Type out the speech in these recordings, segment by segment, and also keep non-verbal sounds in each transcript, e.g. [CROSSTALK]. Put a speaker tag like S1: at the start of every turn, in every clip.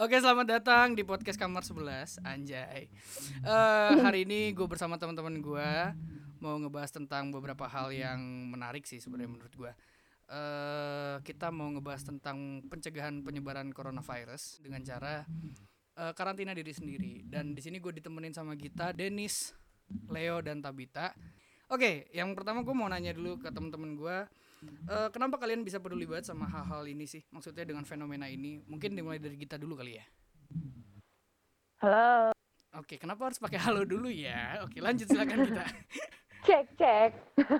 S1: Oke, selamat datang di podcast Kamar 11, anjay. Eh hari ini gue bersama teman-teman gue mau ngebahas tentang beberapa hal yang menarik sih sebenarnya menurut gue. Eh kita mau ngebahas tentang pencegahan penyebaran coronavirus dengan cara eh, karantina diri sendiri. Dan di sini gue ditemenin sama Gita, Denis, Leo dan Tabita. Oke, yang pertama gue mau nanya dulu ke teman-teman gue, eh, kenapa kalian bisa peduli banget sama hal-hal ini sih? Maksudnya dengan fenomena ini, mungkin dimulai dari kita dulu kali ya.
S2: Halo,
S1: Oke, kenapa harus pakai halo dulu ya? Oke, lanjut silakan
S2: [LAUGHS]
S1: kita.
S2: cek cek. [LAUGHS]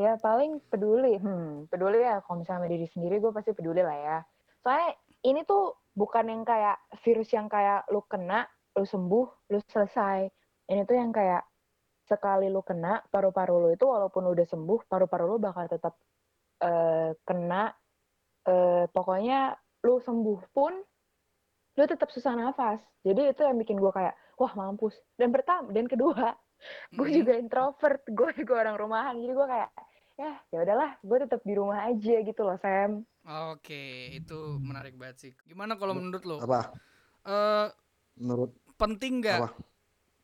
S2: ya paling peduli, hmm, peduli ya kalau misalnya sama diri sendiri gue pasti peduli lah ya. Soalnya ini tuh bukan yang kayak virus yang kayak lu kena, lu sembuh, lu selesai. Ini tuh yang kayak sekali lu kena paru-paru lu itu walaupun lu udah sembuh, paru-paru lu bakal tetap eh, kena. Eh, pokoknya lu sembuh pun lu tetap susah nafas. Jadi itu yang bikin gue kayak wah mampus. Dan pertama dan kedua gue juga introvert gue [LAUGHS] juga orang rumahan jadi gue kayak ya ya udahlah gue tetap di rumah aja gitu loh Sam
S1: Oke, itu menarik banget sih. Gimana kalau menurut lo?
S3: apa
S1: Eh,
S3: menurut
S1: penting nggak
S3: Apa?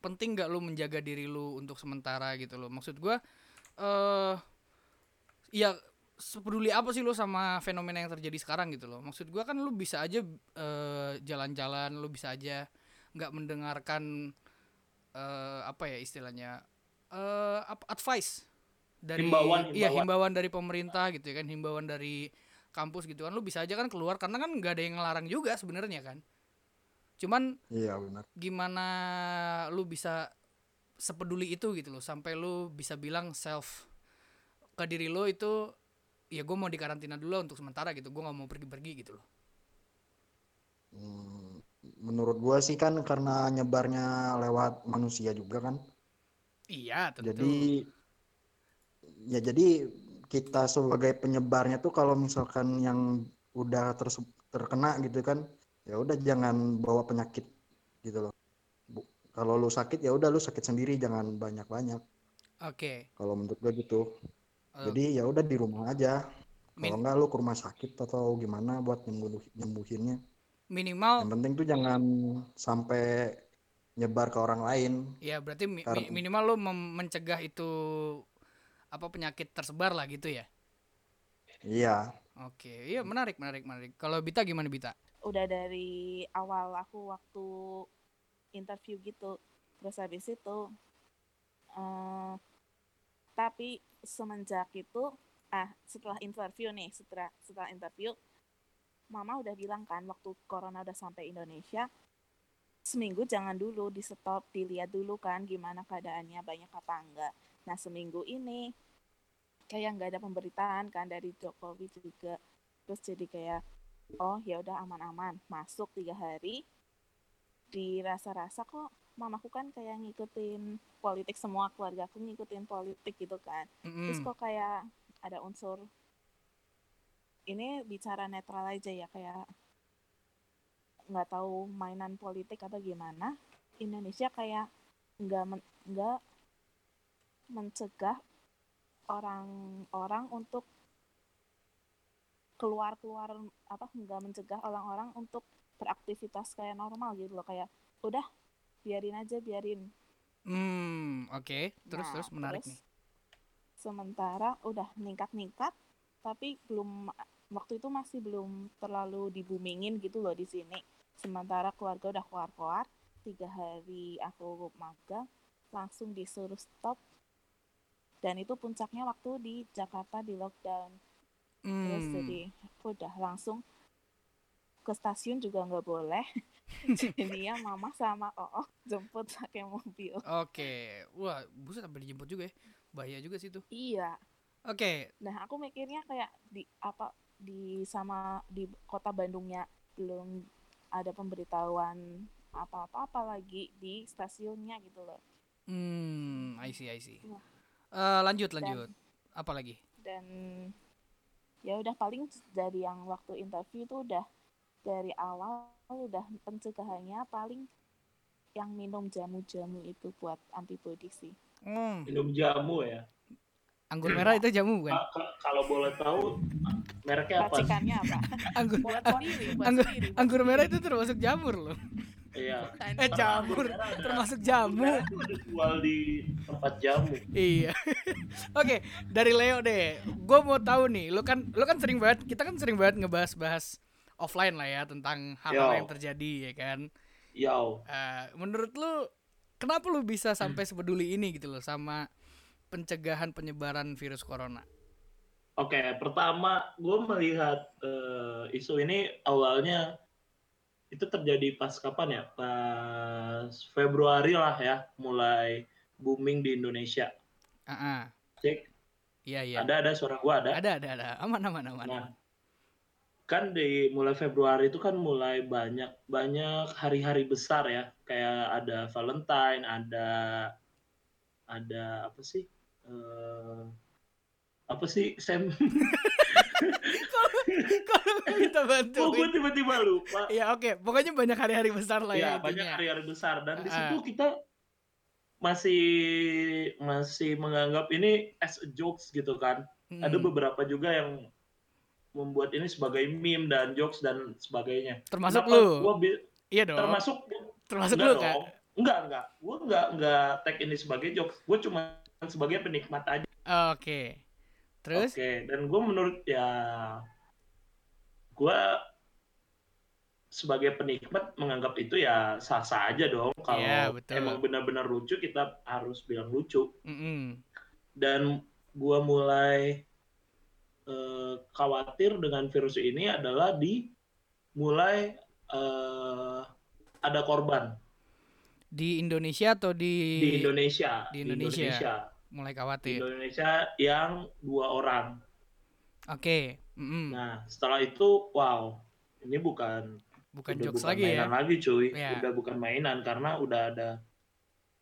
S1: penting nggak lu menjaga diri lu untuk sementara gitu loh maksud gua eh ya sepeduli apa sih lu sama fenomena yang terjadi sekarang gitu loh maksud gua kan lu bisa aja eh, jalan-jalan lu bisa aja nggak mendengarkan eh apa ya istilahnya eh apa- advice dari
S4: Himbauan,
S1: iya himbauan
S4: himbauan.
S1: dari pemerintah gitu ya kan himbauan dari kampus gitu kan lu bisa aja kan keluar karena kan nggak ada yang ngelarang juga sebenarnya kan cuman
S3: iya benar
S1: gimana lu bisa sepeduli itu gitu loh sampai lu bisa bilang self ke diri lo itu ya gue mau dikarantina dulu lah untuk sementara gitu gue nggak mau pergi-pergi gitu loh
S3: Hmm, menurut gua sih kan karena nyebarnya lewat manusia juga kan
S1: iya tentu
S3: jadi ya jadi kita sebagai penyebarnya tuh kalau misalkan yang udah terse- terkena gitu kan ya udah jangan bawa penyakit gitu loh Bu- kalau lu sakit ya udah lu sakit sendiri jangan banyak-banyak
S1: oke
S3: kalau menurut gua gitu
S1: Eh.
S3: jadi ya udah di rumah aja
S1: Min-
S3: kalau enggak lu ke rumah sakit atau gimana buat nyembuh nyembuhinnya
S1: minimal
S3: Yang penting tuh jangan sampai nyebar ke orang lain.
S1: ya berarti mi-
S3: Karena-
S1: mi- minimal lo mem- mencegah itu apa penyakit tersebar lah gitu ya
S3: Iya.
S1: oke iya menarik menarik menarik kalau Bita gimana Bita
S5: udah dari awal aku waktu interview gitu terus habis itu eh, tapi semenjak itu ah setelah interview nih setelah setelah interview mama udah bilang kan waktu corona udah sampai Indonesia seminggu jangan dulu di stop dilihat dulu kan gimana keadaannya banyak apa enggak nah seminggu ini kayak nggak ada pemberitaan kan dari Jokowi juga terus jadi kayak oh ya udah aman-aman masuk tiga hari dirasa-rasa kok mamaku kan kayak ngikutin politik semua keluarga aku ngikutin politik gitu kan
S1: Mm-mm.
S5: terus kok kayak ada unsur ini bicara netral aja ya kayak nggak tahu mainan politik atau gimana Indonesia kayak nggak men- nggak mencegah orang-orang untuk keluar keluar apa nggak mencegah orang-orang untuk beraktivitas kayak normal gitu loh kayak udah biarin aja biarin
S1: Hmm, oke terus
S5: Nah,
S1: terus menarik nih
S5: terus Sementara udah ningkat-ningkat, tapi belum waktu itu masih belum terlalu di boomingin gitu loh di sini. Sementara keluarga udah keluar-keluar, tiga hari aku magang langsung disuruh stop. Dan itu puncaknya waktu di Jakarta di lockdown. Terus
S1: Hmm.
S5: jadi aku udah langsung ke stasiun juga nggak boleh. [LAUGHS] jadi ya mama sama oh jemput pakai mobil.
S1: Oke, wah buset sampai dijemput juga ya. Bahaya juga sih itu.
S5: Iya,
S1: Oke,
S5: Nah, aku mikirnya kayak di apa di sama di kota Bandungnya belum ada pemberitahuan apa-apa apalagi di stasiunnya gitu loh.
S1: hmm, I see, I see.
S5: Wah.
S1: Eh, lanjut, lanjut. Apa lagi?
S5: Dan ya udah paling dari yang waktu interview tuh udah dari awal udah pencegahannya paling yang minum jamu-jamu itu buat antibodi sih.
S1: Hmm,
S4: minum jamu ya
S1: Anggur merah itu jamu
S4: [LAUGHS]
S1: bukan?
S4: Ka- ka- Kalau boleh tahu mereknya apa?
S5: Racikannya
S4: [LAUGHS]
S5: apa?
S1: Anggur
S5: buat
S1: ang-
S5: sendiri, buat
S1: anggur-
S5: sendiri. buat
S1: anggur merah itu
S5: sendiri.
S1: termasuk jamur loh.
S4: Iya.
S5: Bukan.
S1: Eh [LAUGHS] jamur,
S4: merah ada-
S1: termasuk
S4: anggur
S1: jamu.
S4: merah itu dijual di tempat jamu.
S1: Iya. [LAUGHS] Oke, dari Leo deh. Gue mau tahu nih, lu kan lu kan sering banget, kita kan sering banget ngebahas-bahas offline lah ya tentang hal-hal
S4: Yo.
S1: yang terjadi ya kan.
S4: Yau.
S1: Eh, menurut lu kenapa lu bisa sampai sepeduli ini gitu loh sama pencegahan penyebaran virus corona?
S4: Oke, pertama gue melihat eh, isu ini awalnya itu terjadi pas kapan ya? Pas Februari lah ya, mulai booming di Indonesia.
S1: Ah, ah.
S4: Cek,
S1: iya iya.
S4: ada ada suara gue ada.
S1: Ada ada ada. Aman aman aman.
S4: Nah, kan di mulai Februari itu kan mulai banyak banyak hari-hari besar ya, kayak ada Valentine, ada ada apa sih? Eh, apa sih Sam? [LAUGHS]
S1: Kalau kalau kita
S4: Oh, gue
S1: bantuin.
S4: tiba-tiba lupa.
S1: Ya oke, pokoknya banyak hari-hari besar lah ya,
S4: Iya, banyak
S1: intinya.
S4: hari-hari besar dan di
S1: Ah.
S4: situ kita masih masih menganggap ini as a jokes gitu kan.
S1: Mm.
S4: Ada beberapa juga yang membuat ini sebagai meme dan jokes dan sebagainya.
S1: termasuk
S4: Kenapa
S1: lu.
S4: Gua bi-
S1: Iya dong.
S4: termasuk
S1: termasuk
S4: enggak
S1: lu kan.
S4: dong. Enggak, enggak. Gua enggak enggak tag ini sebagai jokes. Gua cuma sebagai penikmat aja.
S1: Oke. Terus
S4: Oke, dan gue menurut ya gue sebagai penikmat menganggap itu ya sah-sah aja dong kalau
S1: Iya, betul.
S4: emang benar-benar lucu kita harus bilang lucu
S1: Mm-mm.
S4: dan gue mulai eh, khawatir dengan virus ini adalah di mulai eh, ada korban
S1: di Indonesia atau di,
S4: di Indonesia
S1: di Indonesia.
S4: di Indonesia,
S1: mulai
S4: Di
S1: khawatir.
S4: Indonesia yang dua orang
S1: Oke. Mm-mm.
S4: Nah, setelah itu, wow, ini bukan
S1: bukan
S4: udah
S1: jokes
S4: bukan
S1: lagi ya.
S4: mainan lagi, cuy.
S1: Iya.
S4: Udah bukan mainan karena udah ada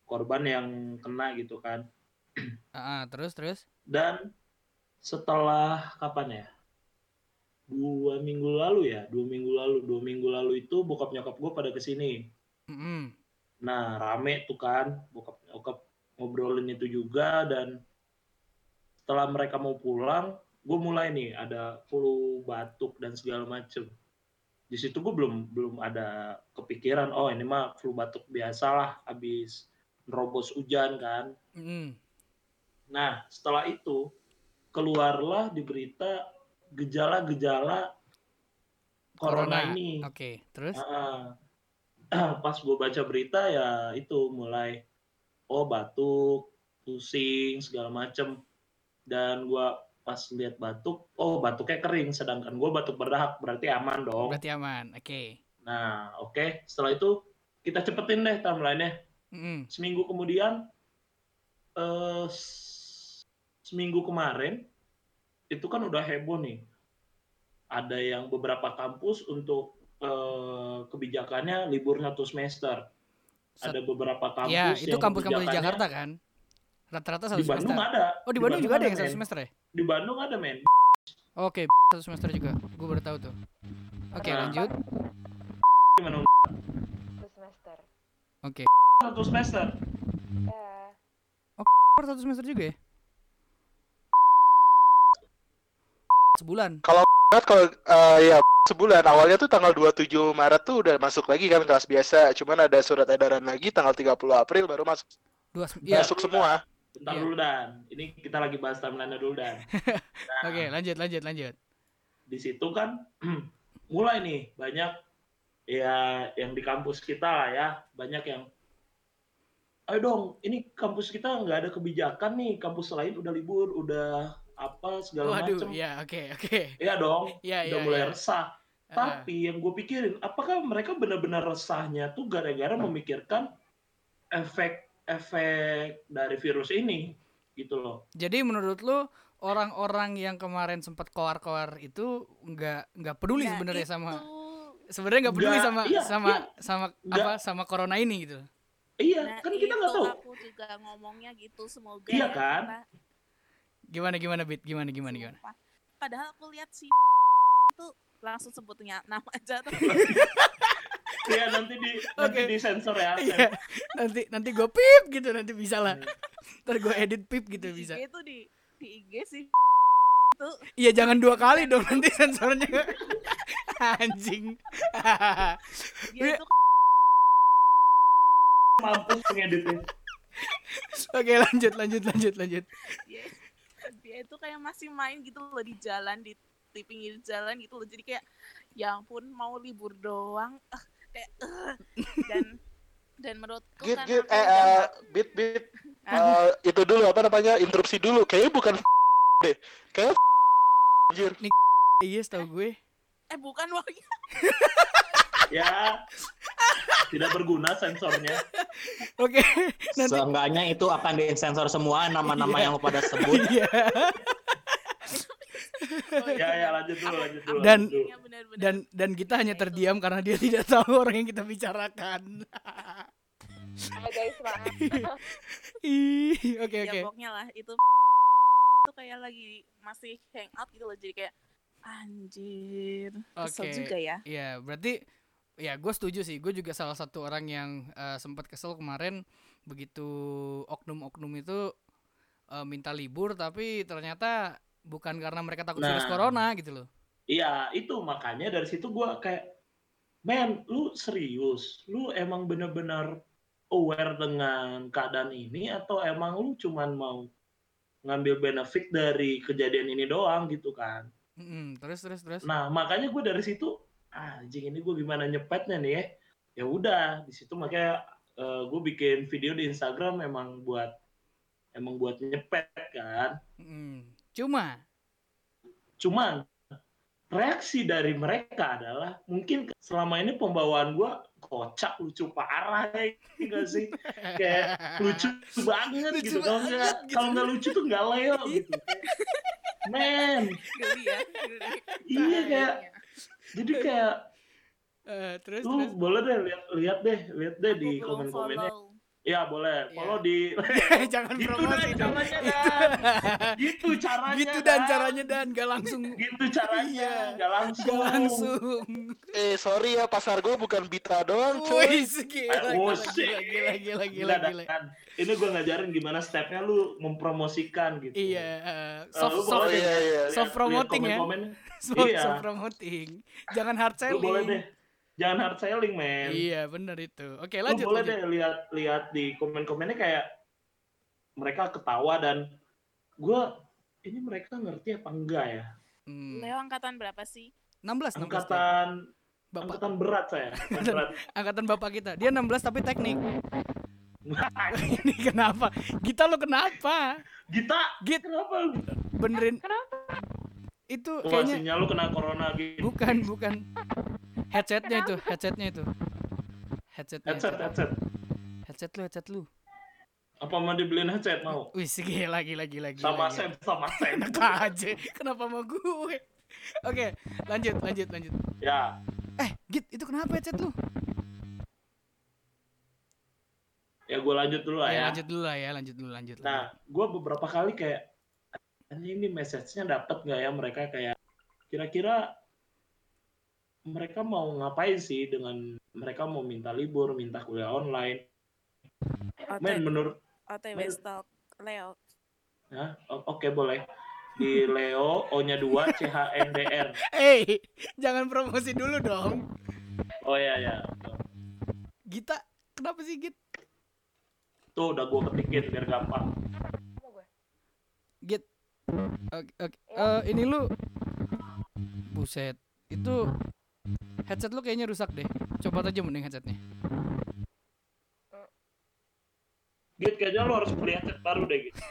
S4: korban yang kena gitu kan.
S1: Ah, ah, terus terus.
S4: Dan setelah kapan ya? Dua minggu lalu ya, dua minggu lalu, dua minggu lalu itu bokap nyokap gue pada kesini.
S1: Mm-mm.
S4: Nah, rame tuh kan, bokap nyokap ngobrolin itu juga dan setelah mereka mau pulang, gue mulai nih ada flu batuk dan segala macem. Di situ gue belum belum ada kepikiran, oh ini mah flu batuk biasalah, habis nerobos hujan kan.
S1: Mm-mm.
S4: Nah, setelah itu keluarlah di berita gejala-gejala corona,
S1: Corona.
S4: ini.
S1: Oke, terus
S4: Ah, ah. [CLEARS THROAT] pas gue baca berita ya itu mulai oh batuk, pusing segala macem dan gua pas lihat batuk, oh batuknya kering, sedangkan gue batuk berdahak berarti aman dong.
S1: berarti aman. Oke.
S4: Nah oke, setelah itu kita cepetin deh timelinenya.
S1: Mm-mm.
S4: Seminggu kemudian, eh, s- seminggu kemarin itu kan udah heboh nih. Ada yang beberapa kampus untuk eh, kebijakannya libur satu semester.
S1: Set-
S4: Ada beberapa kampus
S1: ya, itu
S4: yang
S1: kampus-kampus di
S4: kebijakannya-
S1: Jakarta kan. Rata-rata satu
S4: Di Bandung kan
S1: semester.
S4: ada.
S1: Oh, di Bandung juga ada yang
S4: men.
S1: satu semester ya?
S4: Di Bandung ada men.
S1: Oke, satu semester juga. Gue baru tahu tuh. Oke,
S4: Nah.
S1: lanjut.
S4: Gimana?
S2: satu semester.
S1: Oke.
S4: Satu semester.
S2: Eh,
S1: Per satu semester juga ya? Sebulan.
S6: Banget kalau eh, ya sebulan awalnya tuh tanggal 27 Maret tuh udah masuk lagi kan kelas biasa. Cuman ada surat edaran lagi tanggal 30 April baru masuk
S1: Dua sem- ya.
S6: masuk semua.
S4: Bentar
S1: Iya.
S4: dulu Dan. Ini kita lagi bahas timeline dulu Dan. Nah,
S1: Oke, lanjut lanjut lanjut.
S4: di situ kan [CLEARS THROAT] mulai nih banyak ya yang di kampus kita lah ya banyak yang ayo dong ini kampus kita nggak ada kebijakan nih kampus lain udah libur udah apa segala
S1: Waduh,
S4: macam ya.
S1: ya oke oke.
S4: dong
S1: Ya ya.
S4: udah mulai
S1: ya.
S4: resah
S1: Ah,
S4: tapi yang gue pikirin apakah mereka benar-benar resahnya tuh gara-gara memikirkan efek efek dari virus ini gitu loh
S1: Jadi menurut lu orang-orang yang kemarin sempat koar-koar itu nggak nggak peduli
S5: Nah,
S1: sebenarnya sama
S5: itu-
S1: sebenarnya nggak peduli
S4: Nggak,
S1: sama
S4: iya,
S1: sama
S4: iya.
S1: sama
S4: Nggak.
S1: apa sama corona ini gitu.
S4: iya
S5: Nah,
S4: kan kita nggak
S5: itu
S4: tahu
S5: Aku juga ngomongnya gitu semoga.
S4: Iya
S5: ya,
S4: kan?
S5: kita-
S1: Gimana gimana bit gimana gimana gimana.
S5: sumpah. Padahal aku lihat si itu langsung sebutnya nama [LAUGHS] aja tuh.
S4: ya nanti di nanti
S1: [LAUGHS] Oke.
S4: di sensor ya
S1: Iya. nanti nanti gue pip [LAUGHS] gitu nanti bisa lah. Ntar gue edit pip gitu
S5: Di
S1: bisa.
S5: IG itu di di IG sih tuh
S1: Iya jangan dua kali dong nanti sensornya anjing. Iya.
S5: dia tuh
S4: mampus pengeditnya
S1: Oke lanjut lanjut lanjut lanjut.
S5: dia, dia itu kayak masih main gitu loh di jalan di, di pinggir jalan gitu loh jadi kayak ya ampun mau libur doang eh, kayak eh.
S1: [LAUGHS]
S5: dan dan menurutku
S6: Git,
S5: kan
S6: git,
S5: apa
S6: eh,
S5: yang
S6: eh,
S5: gambar-
S6: bit, bit.
S5: Hah?
S6: Eh, itu dulu apa namanya? Interupsi dulu. Kayaknya bukan deh. Kayaknya anjir.
S1: Iya tahu gue.
S5: eh bukan wah
S4: ya tidak berguna sensornya
S1: Oke [LAUGHS] nanti.
S7: Seenggaknya itu akan disensor semua nama-nama yang lu pada
S1: [LAUGHS]
S7: sebut.
S1: Iya.
S5: Oh,
S4: ya ya
S5: iya.
S4: lanjut dulu lanjut dulu
S1: Dan-
S4: lanjut dulu.
S5: Iya, benar-benar.
S1: Dan dan kita hanya
S5: Ya, itu.
S1: terdiam karena dia tidak tahu orang yang kita
S5: [LAUGHS]
S1: bicarakan.
S2: Hai guys, maaf.
S1: Ih, oke
S5: ya
S1: oke.
S5: pokoknya lah itu itu kayak lagi masih hangout gitu loh jadi kayak anjir kesel
S1: Oke.
S5: juga
S1: [LAUGHS]
S5: ya
S1: Iya, berarti ya gue setuju sih. Gue juga salah satu orang yang eh, sempat kesel kemarin begitu oknum-oknum itu eh, minta libur tapi ternyata bukan karena mereka takut virus
S4: Nah.
S1: corona gitu loh.
S4: Iya, itu makanya dari situ gua kayak, men, lu serius? Lu emang bener-bener aware dengan keadaan ini atau emang lu cuman mau ngambil benefit dari kejadian ini doang gitu kan?
S1: Mm-mm, terus terus terus.
S4: Nah, makanya gue dari situ, "Ah, anjing ini gue gimana nyepetnya nih ya? Ya udah, di situ makanya gue bikin video di Instagram emang buat emang buat nyepet kan.
S1: Mm-mm. Cuma
S4: Cuman reaksi dari mereka adalah mungkin selama ini pembawaan gua kocak lucu parah ya enggak sih kayak lucu banget
S1: Lucu
S4: gitu kalau
S1: banget
S4: nggak
S1: gitu. Iya.
S4: kalau nggak lucu tuh nggak leo gitu men
S5: geli ya geli.
S4: iya kayak jadi kayak
S1: [LAUGHS] eh, terus
S4: lu
S1: terus. [LAUGHS]
S4: boleh deh lihat lihat deh lihat deh
S5: Aku
S4: [LAUGHS] di
S5: belum
S4: komen komennya
S5: follow.
S4: ya
S1: Iya.
S4: boleh follow di
S1: Jangan
S4: gitu
S1: promosi
S4: dan
S1: dong. [LAUGHS]
S4: caranya dan gitu caranya
S1: gitu dan caranya dan gak langsung
S4: gitu caranya
S1: Iya.
S4: nggak
S1: gak
S4: langsung
S1: langsung.
S6: Eh, sorry ya pasar gue bukan Bita doang, cuy.
S1: Wih,
S4: Oh,
S1: gila, gila, gila, gila, gila, gila, gila.
S4: Dadakan. Ini gue ngajarin gimana stepnya lu mempromosikan gitu.
S1: Iya, eh,
S4: Eh,
S1: soft
S4: lu
S1: soft
S4: boleh
S6: iya,
S4: deh
S6: iya.
S4: lihat-
S1: soft
S4: lihat
S1: promoting ya.
S4: komen-komennya.
S1: [LAUGHS] soft,
S4: Iya.
S1: soft promoting. Jangan hard
S4: Lu
S1: selling.
S4: boleh deh. Jangan hard selling, men.
S1: Iya, benar itu. Oke,
S4: Lu
S1: lanjut.
S4: boleh
S1: lanjut.
S4: deh lihat lihat di komen-komennya kayak mereka ketawa dan gue ini mereka ngerti apa enggak ya?
S1: Hmm,
S5: Leo angkatan berapa sih
S1: 16 16 dia.
S4: Angkatan
S1: Bapak
S4: angkatan berat
S1: [LAUGHS]
S4: saya. Angkatan berat.
S1: angkatan bapak kita. Dia 16 tapi
S4: [LAUGHS]
S1: teknik. [LAUGHS] Ini kenapa? Gita lo kenapa?
S4: Gita,
S1: Git
S4: kenapa lu?
S1: benerin. Itu
S4: Oh,
S1: kayaknya
S4: sinyal lu kena corona gitu.
S1: bukan bukan headsetnya itu, headsetnya itu. Headsetnya.
S4: Headset,
S1: Headset,
S4: headset.
S1: headset lu, headset lu.
S4: Apa mau dibeliin headset mau?
S1: Wih, gila gila gila gila. iya. kan?
S4: Sama
S1: gila.
S4: Sam, sama
S1: [LAUGHS]
S4: Sam.
S1: Kenapa aja? Kenapa sama gue? Oke, lanjut lanjut lanjut.
S4: Ya,
S1: Eh, Git, itu kenapa headset lu?
S4: ya gue lanjut dulu lah
S1: Ya,
S4: ya.
S1: lanjut dulu lah ya, lanjut dulu, lanjut.
S4: Nah, gue beberapa kali kayak "Anjing, ini message-nya dapat nggak ya mereka kayak kira-kira mereka mau ngapain sih dengan mereka mau minta libur, minta kuliah online. Men
S5: OT-
S4: menurut
S5: OTW
S4: men-
S5: stalk Leo
S4: Hah? O- oke boleh.
S1: [LAUGHS]
S4: Di Leo O-nya 2 CHNDR.
S1: hey, Eh, jangan promosi dulu dong.
S4: Oh iya ya.
S1: Gita, kenapa sih Git?
S4: Tuh udah gue ketikin biar gampang.
S1: Git. Oke, oke. Eh, ini lu Buset. Itu headset lu kayaknya rusak deh. Coba aja mending headsetnya.
S4: Git Gitu, kayaknya lo harus beli headset baru deh gitu.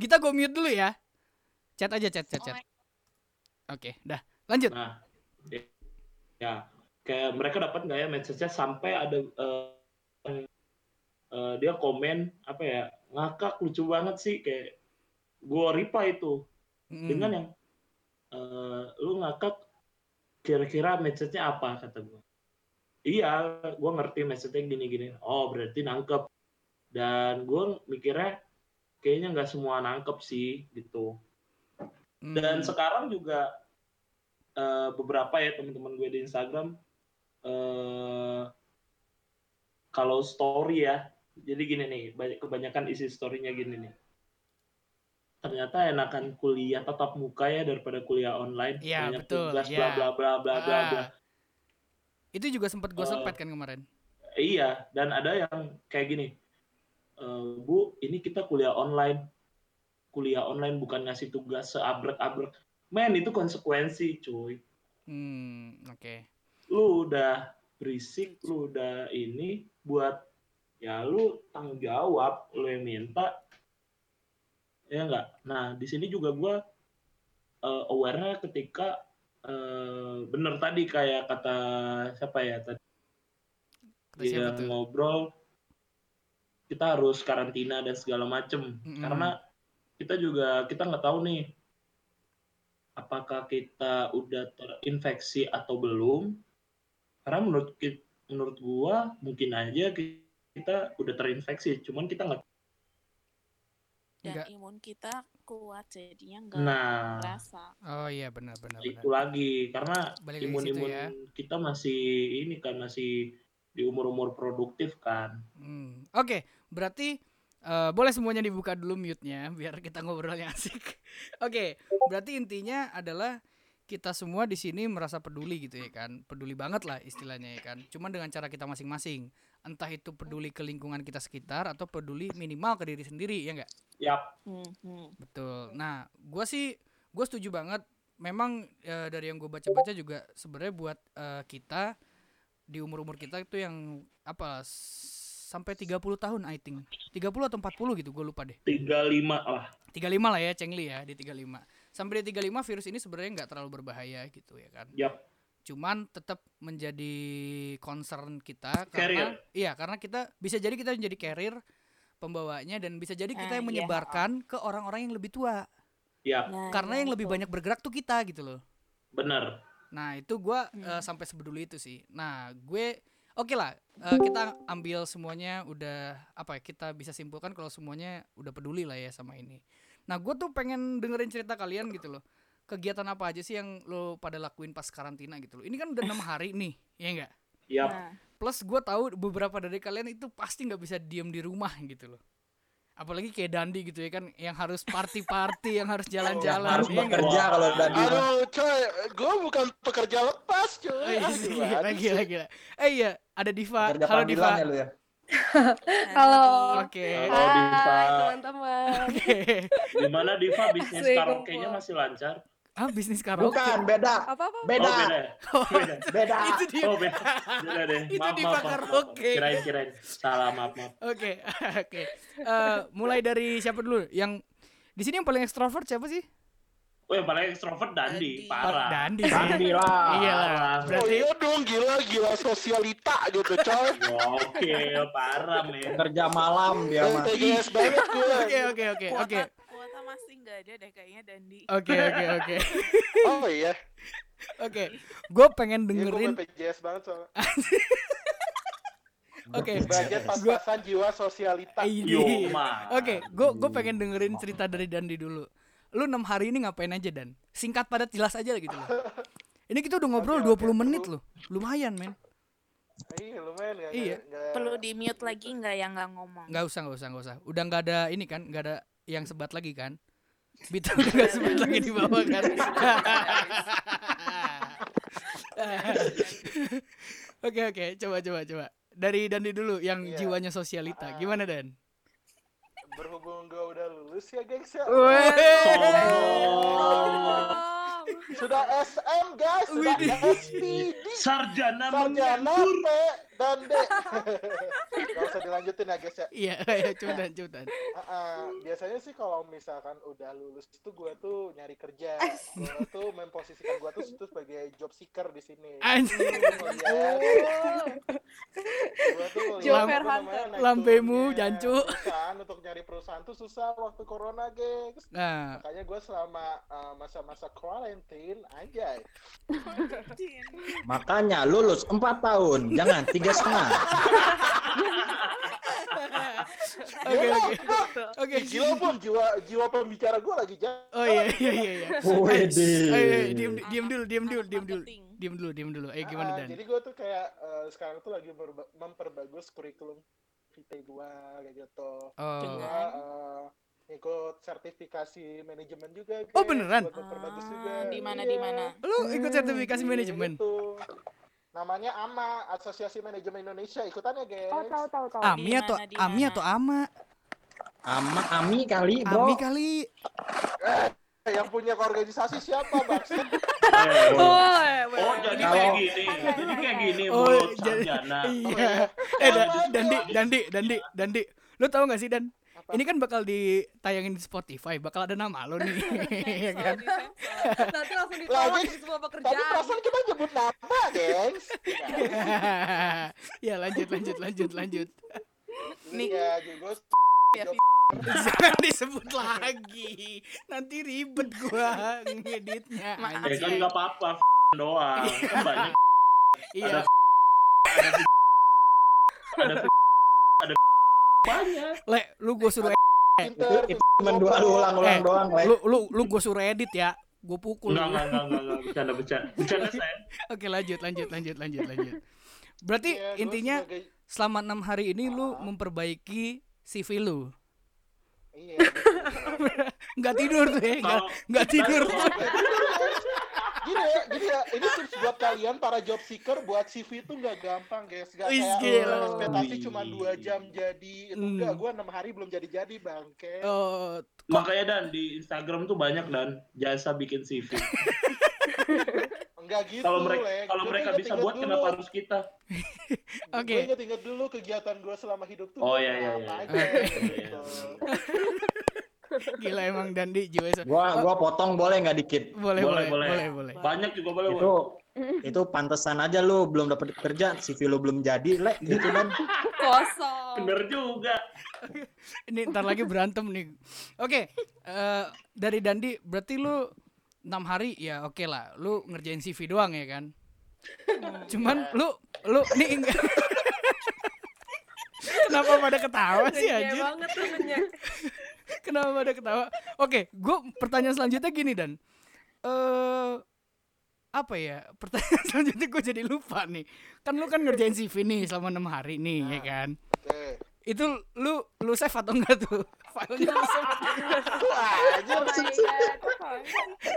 S1: Gita gue mute dulu ya. Chat aja chat chat
S5: Oh
S1: chat. Oke, dah. Lanjut.
S4: Nah, ya, ya. kayak mereka dapat nggak ya message-nya sampai ada eh, eh, dia komen apa ya ngakak lucu banget sih kayak gua reply itu
S1: Mm.
S4: dengan yang eh, lu ngakak kira-kira message-nya apa kata gua. Iya, gua ngerti message-nya gini-gini. Oh, berarti nangkep. Dan gua mikirnya kayaknya nggak semua nangkep sih gitu
S1: Mm.
S4: dan sekarang juga eh, beberapa ya teman-teman gue di Instagram eh kalau story ya jadi gini nih banyak kebanyakan isi storynya gini nih ternyata enakan kuliah tatap muka ya daripada kuliah online
S1: Iya,
S4: banyak
S1: betul,
S4: tugas
S1: iya.
S4: bla bla bla bla bla bla
S1: Ah. Itu juga sempat gue
S4: Eh.
S1: sempet kan kemarin.
S4: Eh, iya dan ada yang kayak gini "Eh, bu ini kita kuliah online kuliah online bukan ngasih tugas seabrek abrek men itu konsekuensi cuy
S1: Hmm, oke.
S4: lu udah berisik, lu udah ini buat ya lu tanggung jawab, lu yang minta. Ya enggak. Nah, di sini juga gua eh, aware-nya ketika eh, bener tadi kayak kata siapa ya tadi
S1: Kata siapa
S4: yang
S1: tuh?
S4: Iya, ngobrol kita harus karantina dan segala macem
S1: Mm-mm.
S4: karena kita juga kita nggak tahu nih apakah kita udah terinfeksi atau belum karena menurut ki- menurut gua mungkin aja ki- kita udah terinfeksi cuman kita nggak
S5: dan
S1: Enggak.
S5: imun kita kuat jadinya nggak
S4: nah
S5: terasa
S1: Oh iya benar benar benar.
S4: itu lagi karena
S1: Balik lagi ke
S4: imun
S1: situ
S4: imun
S1: ya.
S4: kita masih ini kan masih di umur umur produktif kan
S1: Hmm. Oke, berarti eh, boleh semuanya dibuka dulu mute-nya biar kita ngobrolnya asik. [LAUGHS] Oke, berarti intinya adalah kita semua di sini merasa peduli gitu ya kan. Peduli banget lah istilahnya ya kan. Cuman dengan cara kita masing-masing. Entah itu peduli ke lingkungan kita sekitar atau peduli minimal ke diri sendiri ya enggak?
S5: Hmm, hmm.
S1: Betul. Nah, gue sih gue setuju banget. Memang eh, dari yang gue baca-baca juga sebenarnya buat eh, kita di umur-umur kita itu yang apa s- sampai 30 tahun I think. 30 atau 40 gitu, gue lupa deh.
S4: 35 lah
S1: 35 lah ya Cengli ya di 35. Sampai di 35 virus ini sebenarnya nggak terlalu berbahaya gitu ya kan.
S4: Yap.
S1: Cuman tetap menjadi concern kita karena
S4: Carrier.
S1: iya karena kita bisa jadi kita menjadi carrier pembawanya dan bisa jadi kita
S5: Ah,
S1: yang
S5: iya,
S1: menyebarkan ke orang-orang yang lebih tua
S5: Nah,
S1: karena
S5: iya,
S1: yang lebih
S5: betul.
S1: banyak bergerak tuh kita gitu loh.
S4: bener
S1: Nah, itu gua
S5: Hmm.
S1: eh, sampai sebeduli itu sih. Nah, gue oke lah eh, kita ambil semuanya udah apa ya kita bisa simpulkan kalau semuanya udah peduli lah ya sama ini. Nah, gue tuh pengen dengerin cerita kalian gitu loh. Kegiatan apa aja sih yang lo pada lakuin pas karantina gitu loh. Ini kan udah
S5: [LAUGHS]
S1: enam hari nih, ya enggak?
S4: Yap.
S5: Nah,
S1: Plus gue tahu beberapa dari kalian itu pasti nggak bisa diem di rumah gitu loh. Apalagi kayak Dandi gitu ya kan yang harus party-party, yang harus jalan-jalan.
S7: harus
S1: ya nggak?
S7: bekerja kalau tadi mah.
S8: Aduh, coy, gue bukan pekerja lepas, coy.
S1: Iya,
S8: Aduh,
S1: iya,
S8: aduh.
S1: gila, gila. Eh iya, ada Diva.
S7: Kerja
S1: Halo
S7: panggilan ya
S1: Diva.
S7: lu ya.
S5: nah,
S2: Halo.
S5: nanti-
S1: Oke.
S4: Halo, Diva.
S2: Hai teman-teman.
S1: Oke.
S4: gimana Diva bisnis
S2: Asik,
S4: karaoke-nya
S2: kumpul.
S4: masih lancar
S1: Ah, bisnis karaoke.
S7: Bukan, beda.
S2: Apa apa?
S7: Beda.
S4: oh beda ya? beda
S7: Beda.
S1: [LAUGHS] Itu dia.
S4: Oh, beda. Beda deh.
S1: Itu
S4: Maaf,
S1: di
S4: maaf,
S1: bakar
S4: maaf, maaf.
S1: oke.
S4: Kirain, kirain. Salah, maaf, maaf.
S1: Oke, [LAUGHS] oke. Eh, mulai dari siapa dulu? Yang di sini yang paling ekstrovert siapa sih?
S4: Oh, yang paling ekstrovert Dandi.
S1: Oh,
S5: Dandi.
S4: Parah.
S1: Dandi sih.
S7: Dandi lah.
S1: Iya lah.
S8: Oh
S1: Berarti
S8: iya dong, gila, gila sosialita gitu, coy.
S4: Oke, parah, men.
S7: Kerja malam
S1: Iya,
S7: dia
S6: Eh,
S7: mah.
S8: TGS banget
S1: [LAUGHS]
S8: gue.
S1: [LAUGHS] Oke, oke, oke,
S5: kuota,
S1: oke. Eh,
S5: kuota masih nggak ada deh kayaknya Dandi.
S1: Oke, oke, oke.
S8: Oh iya,
S1: Oke. Gue pengen
S8: iya gue
S1: dengerin
S8: BPJS banget soalnya.
S1: Oke.
S8: Budget pas-pasan jiwa sosialita.
S1: Iya.
S4: Yo,
S1: ini.
S4: man.
S1: Oke, gue gue pengen dengerin cerita dari Dandi dulu. Lu enam hari ini ngapain aja Dan? Singkat padat jelas aja lah gitu loh. Ini kita udah ngobrol
S8: Oke,
S1: 20
S8: oke,
S1: menit
S8: perlu.
S1: loh. Lumayan, men.
S8: Iya, lumayan ya.
S1: Iya.
S5: Perlu di mute lagi nggak yang nggak ngomong?
S1: Nggak usah, nggak usah, nggak usah. Udah nggak ada ini kan, nggak ada yang sebat lagi kan? Bita udah nggak sebat lagi di bawah kan? [LAUGHS] Oke oke, coba coba coba. Dari Dandi dulu yang
S8: Iya.
S1: jiwanya sosialita. Gimana Dan?
S8: Berhubung gue udah lulus ya, gengs ya.
S4: Sombong.
S5: Oh, [LAUGHS]
S8: Sudah SM, guys. Sudah
S1: Widih.
S8: SPD.
S4: Sarjana
S8: Sarjana
S4: mengatur.
S8: P dan D. Gak usah dilanjutin ya, guys ya.
S1: [LAUGHS] Iya, iya, coba Dan, coba Dan.
S8: Ah, ah. biasanya sih kalau misalkan udah lulus tuh gue tuh nyari kerja. Gue tuh memposisikan gue tuh itu sebagai job seeker di sini.
S1: Ah, Anjir,
S8: Gue tuh
S2: Job
S8: lihat apa
S2: fair
S8: namanya,
S2: hunter.
S8: naik
S1: Lampemu,
S8: turunnya
S1: jancu.
S8: Perusahaan untuk nyari perusahaan tuh susah waktu corona, gengs.
S1: Nah,
S8: Makanya gue selama eh, masa-masa quarantine aja.
S7: Makanya lulus 4 tahun, jangan tiga setengah.
S1: [LAUGHS] oke oke. Oke.
S8: Gila pun jiwa jiwa pembicara gue lagi jalan.
S1: Oh iya iya iya Oh, iya.
S7: Wede.
S8: iya,
S1: Ayo, ayo, eh, diam diam dulu, diam dulu, diam dulu.
S5: Marketing.
S1: Diam dulu, diam dulu. Eh
S8: Ah,
S1: gimana Dan?
S8: Jadi gue tuh kayak eh, sekarang tuh lagi merba- memperbagus kurikulum vitae gue kayak gitu.
S1: Oh,
S5: Dengan-
S8: Gua, eh, ikut sertifikasi manajemen juga.
S1: Oh,
S8: Gek,
S1: beneran?
S8: Buat memperbagus juga.
S5: Ah, di mana
S8: Iya.
S5: di mana?
S1: Lu ikut sertifikasi manajemen?
S8: Gitu. Namanya AMA, Asosiasi Manajemen Indonesia. Ikutan ya, guys.
S2: Oh tahu tahu tahu.
S1: Ami atau
S5: Di mana, di
S1: Ami
S5: mana?
S1: atau Ama?
S7: Ama Ami kali,
S1: Ami
S7: Bro.
S1: kali.
S8: Eh, yang punya organisasi siapa,
S1: [LAUGHS]
S8: Bang?
S9: Oh,
S4: Eh, Oh, jadi
S7: Kalau-
S4: kayak gini. Jadi kayak gini,
S1: Oh,
S4: Bu.
S1: jadi-
S4: Sarjana.
S8: ya.
S1: Iya. [LAUGHS] Eh, Dan- Dandi, Dandi, Dandi, Dandi. Lu tahu gak sih Dan?
S8: Apa?
S1: Ini kan bakal ditayangin di Spotify, bakal ada nama lo
S8: [LAUGHS]
S1: nih, ya kan?
S9: nanti langsung ditolak
S8: Lagi-
S9: di semua
S8: Tapi
S9: pekerjaan.
S8: perasaan kita nyebut nama, gengs.
S1: ya lanjut, lanjut, lanjut, lanjut. [LAUGHS] Nih.
S8: Iya, juga.
S1: Jangan disebut lagi, nanti ribet gua ngeditnya.
S5: Maaf,
S4: Ya kan
S1: anjing.
S4: nggak apa-apa, f- doang. Kan banyak
S1: Iya,
S4: banyak.
S1: le, lu gua suruh,
S7: Itu,
S8: Pinter,
S7: itu cuma dua lu ulang-ulang
S1: Eh,
S7: doang, Le.
S1: lu, lu, lu gua suruh edit ya, gua pukul. lu.
S4: Enggak, enggak, enggak, enggak, enggak. Bercanda, bercanda. Bercanda, saya.
S1: Oke, lanjut, lanjut, lanjut, lanjut, lanjut. Berarti
S8: Iya, gua
S1: intinya
S8: sebagai-
S1: selama enam hari ini lu
S8: Ah.
S1: memperbaiki CV lu.
S8: Iya. betul.
S1: Nggak tidur tuh ya, nggak,
S4: Kalau
S1: nggak tidur tuh.
S8: gini ya, gini ya, ini tips buat kalian para job seeker buat CV itu nggak gampang guys, nggak
S1: Wih,
S8: kayak
S1: gila.
S8: orang ekspektasi cuma dua jam jadi, itu
S1: Hmm.
S8: enggak, gue enam hari belum jadi-jadi bangke.
S1: [LAUGHS] Oh,
S4: makanya dan di Instagram tuh banyak dan jasa bikin
S1: [LAUGHS]
S4: CV.
S1: Gitu
S8: Enggak gitu,
S1: ya,
S4: Kalau mereka
S8: Le.
S4: kalau
S8: Gua
S4: mereka
S8: inget-inget
S4: bisa buat
S8: dulu.
S4: kenapa harus kita?
S1: Oke.
S8: Gue inget-inget dulu kegiatan gue selama hidup tuh.
S4: Oh, iya, iya,
S8: apa
S4: iya.
S8: aja,
S4: Oke.
S8: gitu.
S1: gila emang Dandi jiwa so-
S7: Gua gua potong boleh nggak dikit?
S1: Boleh, boleh,
S4: Boleh,
S1: boleh,
S4: boleh.
S1: boleh,
S4: Banyak juga boleh.
S7: Itu itu pantesan aja lu belum dapet kerja, CV lu belum jadi, Le. Gitu
S1: [LAUGHS]
S7: kan.
S4: Wak.
S9: Kosong.
S4: Bener juga.
S1: Ini ntar lagi berantem nih. Oke, eh, dari Dandi berarti lu enam hari ya oke lah, lu ngerjain CV doang ya kan? Cuman lu lu nih enggak- [LAUGHS] Kenapa pada ketawa sih
S5: Iya,
S9: Gede
S1: anjir?
S9: banget tuh menyak.
S1: Kenapa pada ketawa? Oke, gue pertanyaan selanjutnya gini dan eh apa ya? Pertanyaan [LAUGHS] selanjutnya gue jadi lupa nih. Kan lu kan ngerjain CV nih selama enam hari nih,
S8: Nah.
S1: ya kan?
S8: Oke.
S1: Itu lu lu save atau enggak
S8: [LAUGHS]
S1: tuh? Filenya lu save atau enggak?
S8: Wah, anjir,
S9: Oh my god.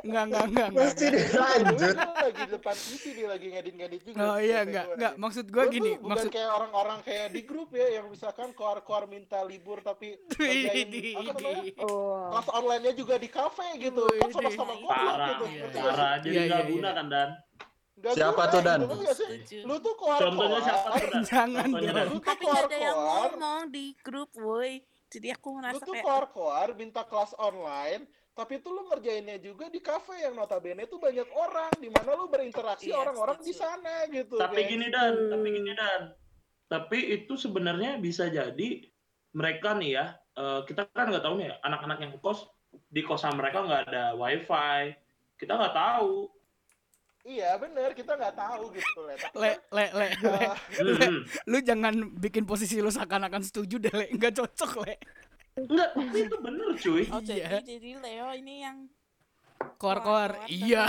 S1: Enggak, enggak, enggak, enggak,
S7: Pasti
S1: enggak.
S7: dilanjut.
S8: gua lagi di depan TV nih, lagi ngedit-ngedit juga.
S1: Oh iya
S8: Sampai
S1: enggak,
S8: gua
S1: enggak.
S8: nih.
S1: Maksud gue
S8: Gua tuh
S1: gini,
S8: bukan
S1: maksud [LAUGHS]
S8: kayak orang-orang kayak di grup ya yang misalkan keluar-keluar minta libur tapi ngerjain
S1: Idi,
S8: apa
S1: idi.
S8: namanya
S2: Oh.
S8: kelas online-nya juga di kafe gitu kan
S1: Wih,
S8: sama-sama
S9: deh.
S8: goblok
S4: Parah,
S8: gitu
S1: Iya,
S4: parah. Jadi
S1: Iya, iya,
S4: nggak
S1: iya.
S4: guna kan dan.
S8: Nggak
S7: Siapa
S8: guna,
S7: tuh, Dan?
S8: gitu, ngerti nggak sih?
S5: Setuju.
S8: lu tuh keluar
S4: Contohnya siapa tuh dan?
S1: [LAUGHS] Jangan,
S4: Contohnya
S1: jangan.
S4: dan.
S8: lu tuh
S5: Tapi nggak ada yang
S8: keluar-keluar
S5: ngomong di grup, woi. Jadi aku
S8: lu
S5: merasa
S8: tuh
S5: kayak
S8: keluar-keluar minta kelas online tapi tuh lu ngerjainnya juga di kafe yang notabene tuh banyak orang di mana lu berinteraksi
S5: Iya,
S8: orang-orang di
S5: setuju.
S8: sana gitu
S4: Tapi
S8: kayak-
S4: gini dan,
S1: Hmm.
S4: tapi gini dan. Tapi itu sebenarnya bisa jadi mereka nih ya, eh, kita kan nggak tahu nih ya, anak-anak yang kos di kosan mereka nggak ada wifi, kita nggak
S1: [LAUGHS]
S4: tahu.
S8: iya bener kita nggak tahu gitu le tapi
S1: Le, le, le, le.
S8: eh,
S4: Hmm.
S1: Lu jangan bikin posisi lu seakan-akan setuju deh, le. Enggak cocok, le.
S4: Enggak, tapi itu bener cuy.
S5: Oh
S1: Iya.
S5: jadi jadi Leo ini yang
S1: Kor-kor.
S5: Keluar-keluar,
S1: Iya.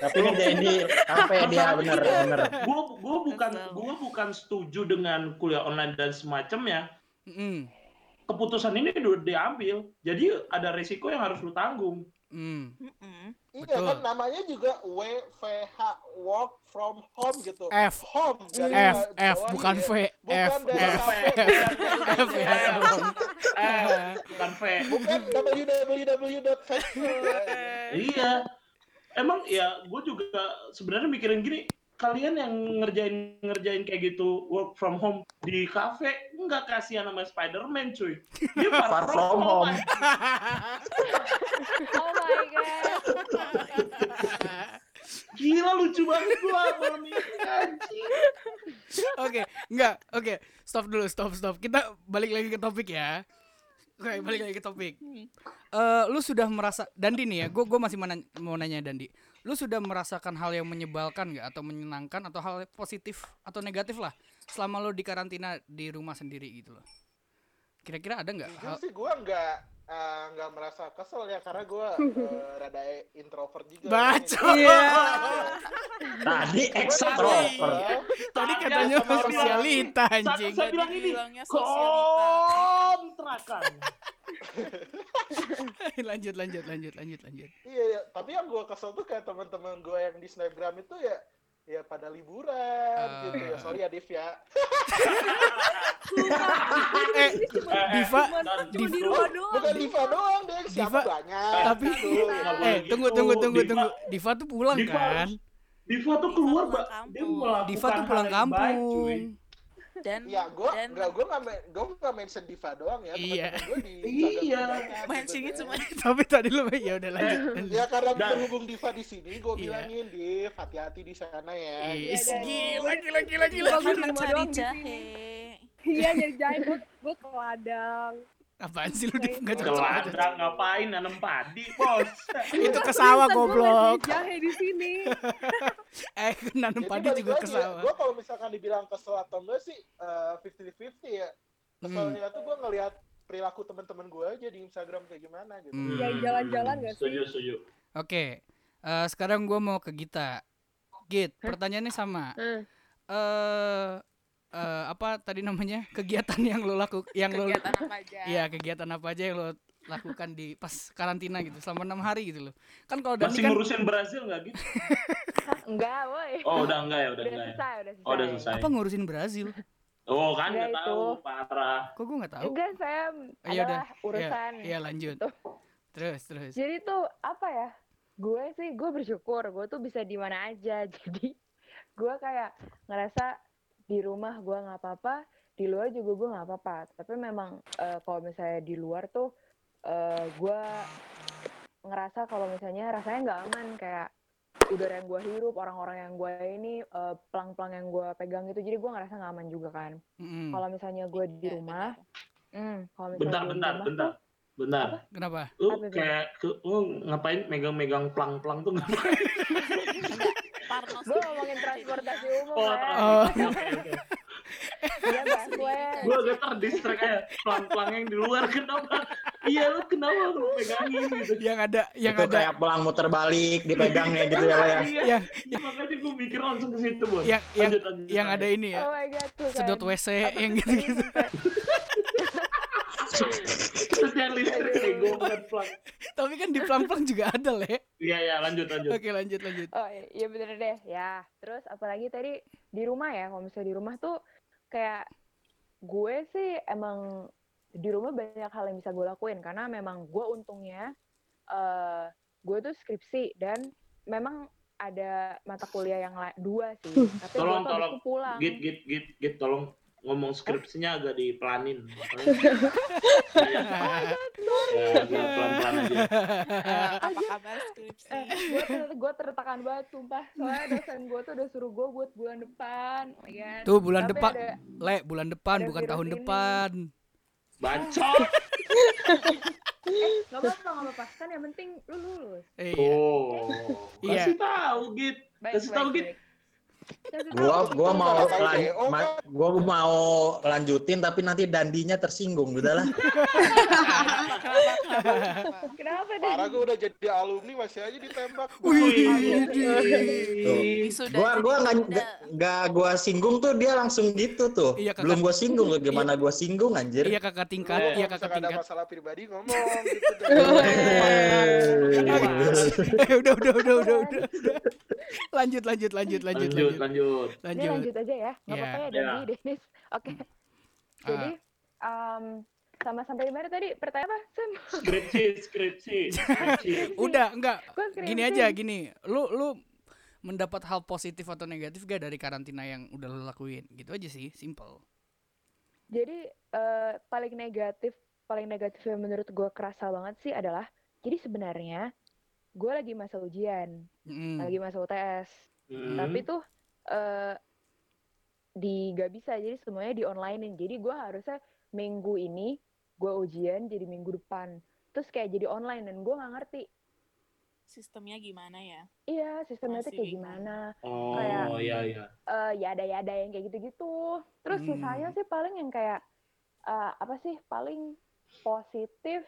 S7: Tapi ngerjain di kafe ya dia Iya, bener bener.
S4: Gue gue bukan
S5: Kesel.
S4: gue bukan setuju dengan kuliah online dan semacamnya.
S1: Mm,
S4: Keputusan ini udah diambil, jadi ada resiko yang harus lu tanggung.
S1: mm.
S5: Mm-mm.
S8: iya
S1: betul.
S8: kan namanya juga WFH work from home gitu
S1: F.
S8: home
S1: F
S8: dari Jawa-
S1: F
S8: Iya, Jawa
S1: bukan
S8: nih
S1: V
S8: ya.
S1: F
S8: bukan Iya, dari
S1: F
S8: kafe
S1: F ya tolong.
S4: Eh, bukan V.
S8: bukan
S1: [LAUGHS]
S8: www.facebook
S4: Iya. Emang ya gue juga sebenarnya mikirin gini, kalian yang ngerjain ngerjain kayak gitu work from home di kafe nggak kasihan sama Spider-Man cuy.
S7: [LAUGHS]
S4: Dia
S7: Far from home.
S9: Oh my god.
S2: [LAUGHS]
S4: Gila lucu banget gua malam ini anjing.
S1: Oke enggak oke stop dulu stop stop kita balik lagi ke topik ya Oke balik lagi ke topik Eh, Lu sudah merasa Dandi nih ya gue gue masih mau nanya, mau nanya Dandi Lu sudah merasakan hal yang menyebalkan nggak atau menyenangkan atau hal positif atau negatif lah selama lu di karantina di rumah sendiri gitu loh Kira-kira ada nggak
S8: Jujur
S1: hal
S8: sih gue nggak eh, nggak merasa kesel ya karena gue rada introvert juga.
S1: Baca
S5: Iya.
S7: Tadi
S8: Gua-
S7: extrovert.
S1: tadi katanya
S4: Sama orang-
S1: sosialita
S4: Sa-
S1: anjing
S4: Saya bilang
S5: Tadi
S4: ini
S5: bilangnya sosialita.
S4: kontrakan.
S1: [LAUGHS] lanjut lanjut lanjut lanjut lanjut.
S8: Iya, iya. tapi yang gue kesel tuh kayak teman-teman gue yang di snapgram itu ya ya pada liburan
S1: Ah.
S8: gitu ya sorry ya Div ya
S1: Eh,
S9: Cuma-
S1: Diva,
S9: cuma-
S4: dan
S9: cuma di
S4: Diva-
S9: rumah doang.
S8: bukan Diva doang deh siapa
S1: Diva-
S8: banyak
S1: tapi-
S8: Aduh, ya.
S4: Nggak boleh
S1: eh tunggu
S4: gitu.
S1: tunggu tunggu
S4: Diva-
S1: tunggu. Diva tuh pulang
S4: Diva
S1: kan?
S4: Diva tuh
S5: Diva
S4: keluar,
S5: pulang
S4: Mbak. Dia
S5: kampung.
S4: melakukan
S1: Diva tuh
S4: hal
S1: pulang
S4: yang baik, cuy.
S1: kampung.
S5: dan
S8: ya gue
S5: dan
S8: nggak gue nggak main gue nggak mention Diva doang ya
S1: Iya.
S8: gue di kan,
S4: Iya.
S5: mentionnya cuma
S1: [LAUGHS] Tapi tadi lu ya
S4: Eh,
S1: udah lanjut. lanjut.
S8: gitu ya karena
S4: Dan-
S8: berhubung Diva di sini gue
S1: Iya.
S8: bilangin Div hati-hati di sana ya
S1: Ih,
S9: Iya, dan-
S1: gila gila gila gila.
S9: Bagus
S5: akan
S9: di rumah
S5: mencari
S9: doang di
S5: jahe
S9: Iya
S2: ya,
S9: nyari jahe gue gue ke ladang.
S1: Apaan sih lu Div? nggak cocok
S4: Ke
S1: aja.
S4: ladang ngapain nanam padi, Bos?
S1: Itu ke sawah
S9: Bisa, gua
S1: goblok.
S9: ngasih jahe di sini.
S1: Eh, nanam padi juga
S4: ya,
S1: ke sawah.
S8: gue ya, kalau misalkan dibilang kesel atau enggak sih fifty fifty ya
S1: Hmm,
S8: keselnya tuh gue ngelihat perilaku teman-teman gue aja di Instagram kayak gimana gitu
S1: Hmm.
S9: Yang jalan-jalan nggak sih?
S4: Setuju, setuju.
S1: Oke, eh, sekarang gue mau ke Gita. Git, pertanyaannya sama.
S9: Hah?
S1: Eh, eh, apa tadi namanya kegiatan yang lo laku, yang lo,
S5: kegiatan apa aja
S1: iya
S2: kan?
S1: kegiatan apa aja yang lo lakukan di pas karantina gitu selama enam hari gitu loh. Kan kalau Dani
S4: Masih
S1: kan,
S4: ngurusin Brazil nggak gitu?
S2: [LAUGHS] Enggak, woi.
S4: Oh, udah enggak ya, udah
S2: udah
S4: enggak ya.
S2: selesai, udah selesai.
S4: Oh, udah selesai.
S1: apa ngurusin Brazil?
S4: Oh, kan nggak
S2: Enggak
S4: tahu, parah.
S1: Kok gue nggak tahu?
S2: Enggak, saya
S1: Oh, ya udah.
S2: adalah urusan.
S1: Iya lanjut.
S2: Tuh.
S1: Terus terus.
S2: Jadi tuh apa ya? Gue sih gue bersyukur gue tuh bisa di mana aja. [LAUGHS] Jadi gue kayak ngerasa di rumah gue nggak apa-apa, di luar juga gue nggak apa-apa. Tapi memang eh, kalau misalnya di luar tuh eh, gue ngerasa kalau misalnya rasanya nggak aman kayak udara yang gue hirup, orang-orang yang gue ini, eh, pelang-pelang yang gue pegang itu. Jadi gue ngerasa nggak aman juga kan.
S1: Mm-mm.
S2: Kalau misalnya gue di
S5: Hmm. Iya,
S2: rumah, mm, kalau misalnya gue
S4: Bentar,
S2: di
S4: bentar,
S2: rumah
S4: bentar.
S2: tuh-
S4: Bentar.
S1: Kenapa?
S4: Lu
S2: Apa itu?
S4: kayak ke, lu ngapain megang-megang plang-plang tuh ngapain?
S5: Parnos
S2: Gue ngomongin transportasi umum
S4: Oh,
S2: ya.
S1: Oh.
S4: oke,
S2: [LAUGHS]
S4: oke, oke.
S2: Iya, Mbak Kue.
S4: Gua agak terdistract aja. Plang-plang yang di luar kenapa? Iya, lu kenapa lu pegangin gitu?
S1: Yang ada yang
S7: itu
S1: ada
S7: kayak pelang muter balik dipegangnya gitu ya lo
S1: [LAUGHS]
S7: ya.
S4: Iya,
S1: yang
S4: makanya gue mikir langsung ke situ, Bos.
S1: yang yang,
S4: Lanjut, lanjut,
S1: Iya, yang
S4: lanjut.
S1: ada ini ya.
S2: Oh my god, tuh
S1: Sedot
S2: kan.
S1: WC
S2: Apa
S1: yang gitu.
S2: sih
S1: gitu-gitu.
S4: Terus yang listrik
S2: Aduh.
S4: bego bukan plang.
S1: [LAUGHS] Tapi kan di pelang-pelang juga ada, Le.
S4: Iya, iya, lanjut, lanjut.
S1: Oke, lanjut lanjut.
S2: Oh i- iya bener deh. Ya, terus apalagi tadi di rumah ya, kalau misalnya di rumah tuh kayak gue sih emang di rumah banyak hal yang bisa gue lakuin karena memang gue untungnya eh gue tuh skripsi dan memang ada mata kuliah yang la- dua sih. Tapi gue
S4: Tolong,
S2: tuh abis
S4: tolong.
S2: itu pulang.
S4: Git, git, git, git, tolong ngomong skripsinya agak dipelanin. Makanya- Iya,
S1: Nah,
S4: ya, agak pelan-pelan aja.
S5: apa kabar skripsi
S2: Eh, gue ter- gue tertekan banget sumpah soalnya dosen gue tuh udah suruh gue buat bulan depan ya kan?
S1: Tuh bulan
S2: Tapi
S1: depan,
S2: ada-
S1: Le, bulan depan
S2: ada
S1: bukan
S2: virus
S1: tahun
S2: ini.
S1: depan.
S4: Bacot.
S2: nggak apa-apa nggak apa-apa kan yang penting lu lulus
S1: Eh, iya.
S4: Oh.
S1: Iya.
S4: Kasih tahu, git.
S2: baik
S4: Kasih tahu, Git.
S2: Kasih tahu.
S7: Gua gua mau
S8: Kalau
S7: lan,
S1: oh.
S8: DO
S7: ma- gua mau lanjutin tapi nanti dandinya tersinggung gitu udahlah.
S5: Kenapa, kenapa, kenapa?
S2: kenapa deh
S8: parah gue udah jadi alumni masih aja ditembak
S1: Wih,
S7: Tuh.
S5: Wisuda
S7: Gua
S5: jadi
S7: gua nggak
S5: wisuda.
S7: nggak gua singgung tuh dia langsung gitu tuh.
S1: Iya, Kakak.
S7: Belum gua singgung loh gimana gua singgung anjir.
S1: iya kakak tingkat,
S4: Eh,
S8: Lu
S1: iya kakak
S8: kalau misalkan ada
S1: tingkat.
S8: masalah pribadi
S1: [LAUGHS]
S8: ngomong gitu
S4: Iya,
S1: Eh, udah, udah, udah, udah, udah, udah. Lanjut, lanjut, lanjut, lanjut,
S4: Lanjut,
S1: lanjut,
S4: lanjut.
S2: ini
S1: lanjut.
S2: lanjut aja ya nggak
S1: Iya. Ah.
S2: apa-apa ya
S4: Iya.
S2: Dendi Denis [LAUGHS] oke jadi em, sama sampai di mana tadi pertanyaan apa Sam
S4: Skripsi, skripsi, skripsi.
S1: Udah, enggak.
S2: Gua
S1: Gini
S2: skripsi.
S1: aja, gini. Lu, lu mendapat hal positif atau negatif gak dari karantina yang udah lu lakuin? Gitu aja sih, simple.
S2: Jadi eh, paling negatif, paling negatif yang menurut gue kerasa banget sih adalah, jadi sebenarnya gue lagi masa ujian,
S1: Mm.
S2: lagi masa UTS,
S4: Hmm.
S2: tapi tuh eh di gak bisa, jadi semuanya di onlinein. Jadi gue harusnya minggu ini gue ujian, jadi minggu depan, terus kayak jadi online dan gue nggak ngerti,
S5: sistemnya gimana ya
S2: iya sistemnya tuh
S5: Masih
S2: kayak
S5: bingung.
S2: gimana? Kayak-
S4: Oh, iya, iya.
S2: eh ya ada ya ada yang kayak gitu-gitu. Terus
S1: Hmm.
S2: sisanya sih paling yang kayak eh, apa sih paling positif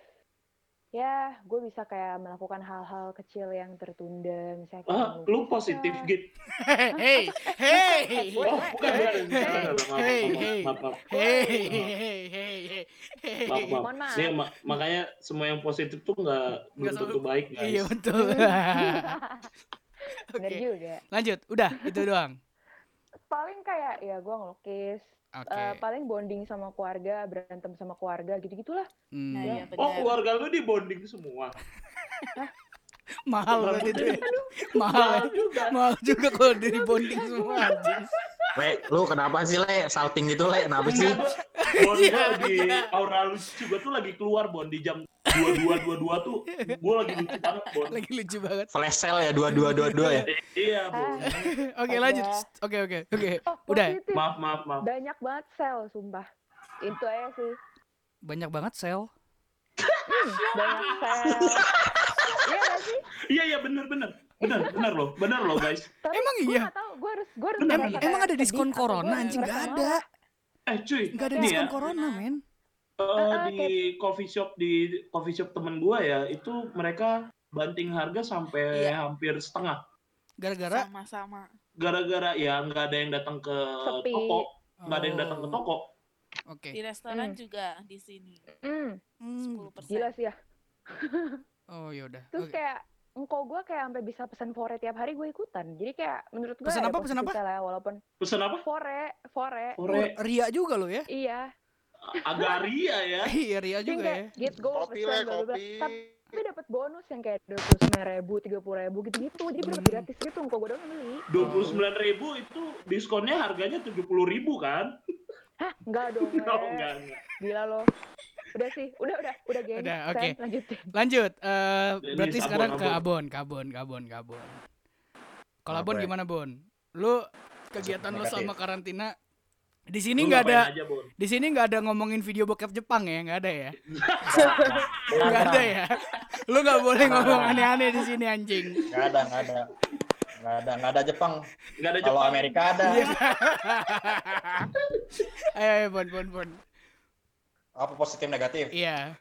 S2: ya gue bisa kayak melakukan hal-hal kecil yang tertunda misalnya kayak
S4: Ah,
S1: Oh.
S2: melukis
S4: lu positif
S2: lah.
S4: gitu.
S1: [LAUGHS] hey, hey,
S4: Oh, bukan bukan.
S1: Hey, hey.
S4: Maaf, maaf, maaf, maaf, maaf, maaf.
S1: hey, hey, hey, hey, hey.
S4: Maaf, maaf.
S2: Mohon maaf.
S4: Ini ma- makanya semua yang positif tuh nggak
S1: Nggak
S4: belum tentu baik
S1: Iya
S4: guys.
S1: betul.
S2: Bener
S1: [LAUGHS] Oke,
S2: juga
S1: lanjut. Udah, itu doang.
S2: paling kayak ya gue ngelukis
S1: Oke.
S2: Eh, paling bonding sama keluarga berantem sama keluarga gitu gitulah
S1: Hmm.
S5: Nah, ya
S4: Oh
S5: benar.
S4: keluarga lu di bonding semua.
S1: Mahal banget itu.
S4: [LAUGHS]
S1: ya. Mahal.
S4: Mahal
S1: ya.
S4: juga.
S1: Mahal juga kalau dari bonding semua anjing.
S7: Le, lu kenapa sih Le? Salting gitu Le, kenapa sih?
S1: Iya.
S4: Enggak, Bon gue lagi aura lucu gue tuh lagi keluar Bon di jam dua dua dua dua tuh gue lagi lucu banget Bon.
S1: Lagi lucu banget.
S7: Flash sale ya, dua-dua-dua-dua ya.
S4: Eh, Iya Bon.
S1: Oke, lanjut.
S2: Ada.
S1: Psst, Oke, oke, oke.
S2: oh,
S1: Udah.
S2: positif.
S4: Maaf maaf maaf.
S2: banyak banget sel sumpah itu aja sih
S1: Banyak banget sel.
S2: banyak sel iya gak sih
S4: Iya iya bener bener bener bener loh bener loh guys.
S2: tapi
S1: Emang
S2: gue
S1: iya?
S2: gak tau gue harus gue harus
S4: Bener,
S2: merasa
S1: Em-
S2: kayak
S1: emang ada
S2: sedih
S1: diskon
S2: atau
S1: corona
S2: gua
S1: anjing
S2: merasa
S1: nggak ada.
S2: marah.
S4: Eh cuy
S1: Nggak ada
S4: ini ya
S1: diskon corona, men.
S4: eh,
S2: Ah,
S4: di coffee shop di coffee shop temen gue ya itu mereka banting harga sampai
S5: Iya.
S4: hampir setengah
S1: Gara-gara
S5: Sama-sama.
S4: gara-gara ya nggak ada yang datang ke
S2: Sepi.
S4: toko nggak ada yang datang ke
S1: Oh,
S4: toko
S1: Oke.
S5: Di restoran
S2: Hmm.
S5: juga di sini
S2: Hmm,
S1: Hmm.
S5: 10 persen.
S2: gila sih ya
S1: Oh, yaudah.
S2: terus
S1: Oke.
S2: kayak engkau gue kayak sampai bisa pesan fore tiap hari gue ikutan jadi kayak menurut gue
S1: Pesan
S2: ada
S1: apa, pesan
S2: positifnya lah ya, walaupun
S4: pesan apa?
S2: fore fore
S1: [LAUGHS]
S4: Ore
S1: Ria juga lo ya?
S2: iya
S4: agaria ya.
S1: [LAUGHS] Iya, Ria
S2: Jadi
S1: juga
S2: kayak
S1: ya.
S2: get go
S8: Kopi
S2: pesan,
S8: le,
S2: bla, bla, bla.
S8: kopi.
S2: Tapi- tapi dapat bonus yang kayak dua puluh sembilan ribu tiga puluh ribu gitu gitu jadi bener
S1: Hmm.
S2: gratis gitu engkau gue doang yang beli
S4: dua puluh ribu itu diskonnya harganya tujuh puluh ribu kan? Oh,
S2: hah
S1: [LAUGHS]
S2: enggak dong
S4: [LAUGHS] No,
S2: Le.
S4: enggak, enggak.
S2: gila lo udah sih udah udah udah gini
S1: Udah,
S2: Sen,
S1: oke.
S2: lanjutin
S1: Lanjut. eh
S4: Ini
S1: berarti
S4: Sabon,
S1: sekarang ke
S4: Abon.
S1: Abon, ke Abon, ke Abon, ke Abon. Kalau
S7: Apa
S1: Abon
S7: ya?
S1: gimana, Bon? Lu kegiatan lu
S7: Negatif.
S1: selama karantina di sini
S4: Lu
S1: nggak ada
S4: ngapain Aja, Bon?
S1: di sini nggak ada ngomongin video bokep Jepang ya, nggak ada ya?
S7: Nggak
S1: Nggak ada ya. Lu nggak boleh ngomong aneh-aneh di sini anjing.
S7: Nggak ada, nggak ada. Nggak ada, nggak ada Jepang.
S4: Nggak ada
S7: Kalau
S4: Jepang.
S7: Amerika ada.
S1: Iya. [LAUGHS] ayo, ayo, Bon, Bon, Bon.
S7: Apa positif negatif?
S1: Iya.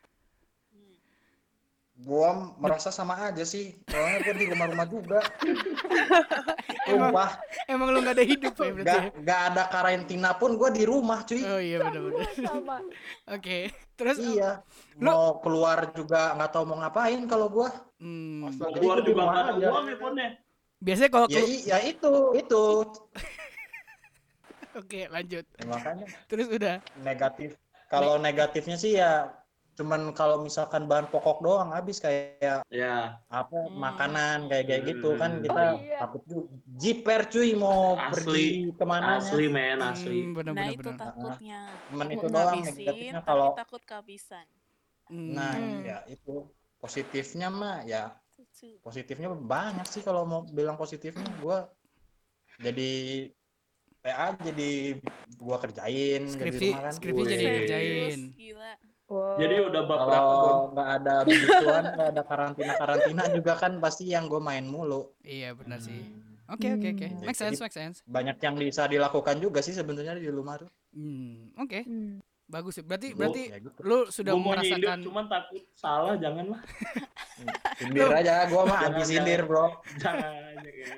S5: Hmm.
S7: Gua merasa sama aja sih. Soalnya gua di rumah-rumah juga.
S1: [LAUGHS] Emang,
S7: Rumah.
S1: emang lu nggak ada hidup ya berarti.
S7: Nggak, nggak ada karantina pun gua di rumah cuy.
S1: ya? Oh iya benar-benar.
S2: sama
S1: Oke. Terus
S7: Iya.
S1: Lu-
S7: Mau keluar juga nggak tahu mau ngapain kalau gua.
S1: hmm,
S8: Astaga,
S7: Jadi
S4: Keluar
S7: gua di
S4: juga
S7: rumah
S4: nggak ada
S7: aja.
S4: uang ya, Bon, ya?
S1: biasanya kalau
S7: Ya,
S1: kelu-
S7: i- ya itu, itu.
S1: Oke, lanjut.
S7: Ya, makanya
S1: Terus udah.
S7: negatif. Kalau negatifnya sih ya cuman kalau misalkan bahan pokok doang habis kayak
S4: Ya.
S7: apa
S5: Hmm.
S7: makanan kayak kayak gitu kan
S4: Hmm.
S7: kita
S2: Oh, iya.
S7: takut juga jiper cuy mau
S4: Asli.
S7: pergi kemana
S4: Asli men, asli.
S1: Hmm, benar
S5: Nah
S1: benar
S5: itu
S1: benar.
S5: takutnya.
S7: Cuman
S5: Takut
S7: itu doang
S5: kehabisin,
S7: negatifnya
S5: tapi
S7: kalau-
S5: takut kehabisan.
S1: Hmm.
S7: nah
S2: Hmm.
S7: ya itu positifnya mah ya
S5: Setuju.
S7: positifnya banyak sih kalau mau bilang positifnya gua jadi PA jadi gua kerjain
S1: skripsi
S7: jadi kan
S1: skripsi jadi
S4: Wih.
S1: kerjain.
S5: Serius, Gila.
S2: Wow.
S4: Jadi udah bab berapa, Bon?
S7: kalau nggak ada begituan nggak ada karantina karantina juga kan pasti yang gue main mulu
S1: Iya, benar sih. Oke, oke, oke.
S2: Hmm.
S1: Make sense, make sense.
S7: banyak yang bisa dilakukan juga sih sebenarnya di rumah tuh
S1: Hmm, oke.
S2: Hmm.
S1: Bagus sih. Berarti
S7: Gua-
S1: berarti
S7: ya gitu.
S1: lu sudah
S4: Gua mau nyindir,
S1: merasakan
S4: cuman takut salah, jangan lah.
S7: sindir aja gue mah anti sindir bro
S4: Jangan, jangan.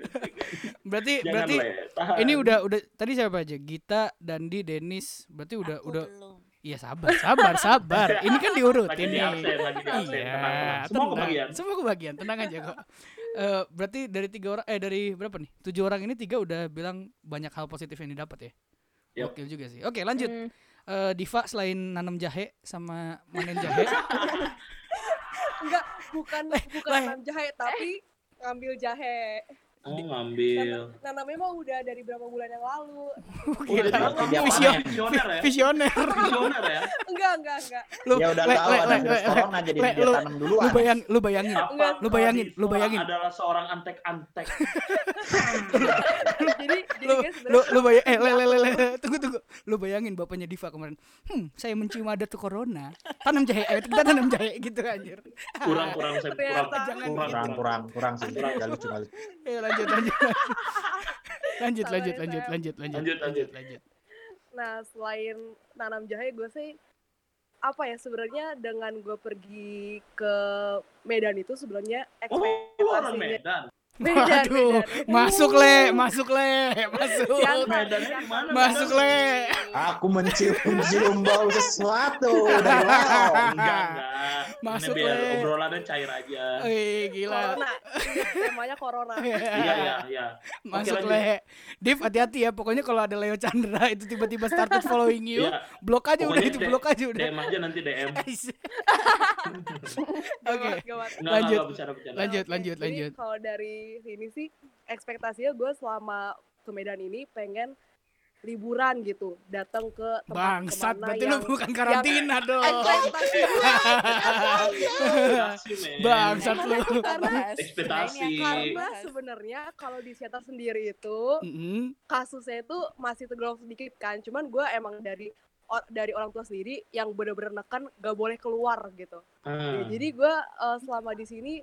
S1: berarti
S4: Jangan
S1: berarti
S4: lah ya, tahan.
S1: ini udah udah tadi siapa aja? Gita, Dandi, Denis. Berarti udah
S5: Aku
S1: udah
S5: belum.
S1: iya sabar, sabar, sabar. Ini kan diurutin
S4: lagi di
S1: nih.
S4: absen, lagi di absen. tenang, tenang.
S1: Iya,
S4: Semua ya.
S1: tenang.
S4: kebagian.
S1: Semua kebagian, tenang aja kok. Eh, berarti dari tiga orang, eh dari berapa nih? Tujuh orang ini tiga udah bilang banyak hal positif yang didapat ya.
S4: Yap.
S1: Gokil juga sih. Oke lanjut.
S2: Hmm.
S1: Eh, Diva selain nanam jahe sama
S4: [LAUGHS]
S1: manen jahe,
S9: Enggak, bukan bukan
S1: Leh.
S9: nanam jahe tapi
S2: Eh.
S9: ngambil jahe.
S4: Oh, ngambil.
S9: Nanamnya mah udah dari berapa bulan yang lalu.
S4: Udah
S1: gila.
S4: jadi
S7: Dia
S4: visioner
S7: panen.
S4: visioner ya.
S1: visioner.
S4: Visioner ya.
S9: Enggak, enggak, enggak.
S1: Lu,
S7: ya udah
S1: le-
S7: tahu
S1: le-
S7: ada
S1: le-
S7: virus
S1: le-
S7: corona jadi
S1: le-
S7: dia
S1: lu-
S7: tanam
S1: lu
S7: duluan
S1: bayang, lu bayangin,
S9: Enggak,
S1: lu bayangin, lu
S4: Diva
S1: bayangin.
S4: Adalah seorang antek-antek.
S9: Jadi jadi
S1: [LAUGHS] lu
S9: kan
S1: lu
S9: sebenarnya
S1: lu bayang eh le, le, le, le. [LAUGHS] tunggu tunggu lu bayangin bapaknya Diva kemarin hmm saya mencium ada tuh corona tanam jahe ayo kita tanam jahe gitu anjir
S4: Kurang kurang saya kurang.
S9: Ternyata.
S1: Jangan
S4: Kurang
S7: kurang
S4: kurang.
S7: kurang kurang sih
S1: [LAUGHS]
S7: nggak lucu nggak lucu
S1: Eh, lanjut lanjut lanjut
S9: Sabar
S1: lanjut
S9: ya,
S1: lanjut
S9: sayang.
S1: lanjut lanjut
S4: Lanjut, lanjut.
S1: lanjut
S9: Nah, selain nanam jahe, gue sih apa ya sebenarnya dengan gue pergi ke Medan itu sebenarnya
S4: Oh, lu
S9: [LAUGHS]
S4: orang
S9: ekspektasinya
S4: Medan.
S9: Medan,
S1: Waduh,
S9: Medan.
S1: masuk le, masuk le, masuk.
S9: Siapa?
S4: Medannya di mana?
S1: Masuk
S4: Medan?
S1: le.
S3: Aku
S7: [LAUGHS]
S3: mencium-cium bau sesuatu
S1: [LAUGHS]
S3: dari
S4: Oh,
S3: laut.
S4: enggak, enggak.
S1: Masuk, Oh, iya.
S4: Ini biar
S1: Le.
S4: obrolannya cair aja.
S1: Wih, gila.
S9: corona Ingat, temanya corona
S4: Iya,
S1: [LAUGHS]
S4: iya, iya.
S1: Masuk
S4: lanjut.
S1: le. Div hati-hati ya, pokoknya kalau ada Leo Chandra [LAUGHS] itu tiba-tiba started following you,
S4: Iya.
S1: blok aja udah
S4: Pokoknya
S1: itu
S4: deh-
S1: blok aja udah.
S4: DM aja nanti DM.
S1: [LAUGHS]
S9: [LAUGHS]
S1: Guys. Oke.
S9: Gawat, gawat.
S4: Enggak,
S1: Lanjut.
S4: enggak, bercanda-bercanda.
S1: Lanjut,
S9: Oke,
S1: lanjut,
S9: jadi
S1: lanjut.
S9: Kalau dari ini sih ekspektasinya gue selama ke Medan ini pengen liburan gitu, datang ke tempat
S1: Bangsat,
S9: kemana
S1: berarti lu
S9: yang
S1: bukan
S9: [LAUGHS]
S1: karantina dong.
S9: ekspektasi gue
S4: Ekspektasi, men.
S9: Iya,
S1: Bangsat lu.
S5: nah,
S4: Ekspektasi.
S9: karena sebenarnya kalau di shelter sendiri itu
S1: Mm-mm.
S9: kasusnya itu masih tergolong sedikit kan, cuman gue emang dari or- dari orang tua sendiri yang bener-bener nekan gak boleh keluar gitu. Ya,
S4: Hmm.
S9: jadi gue selama di sini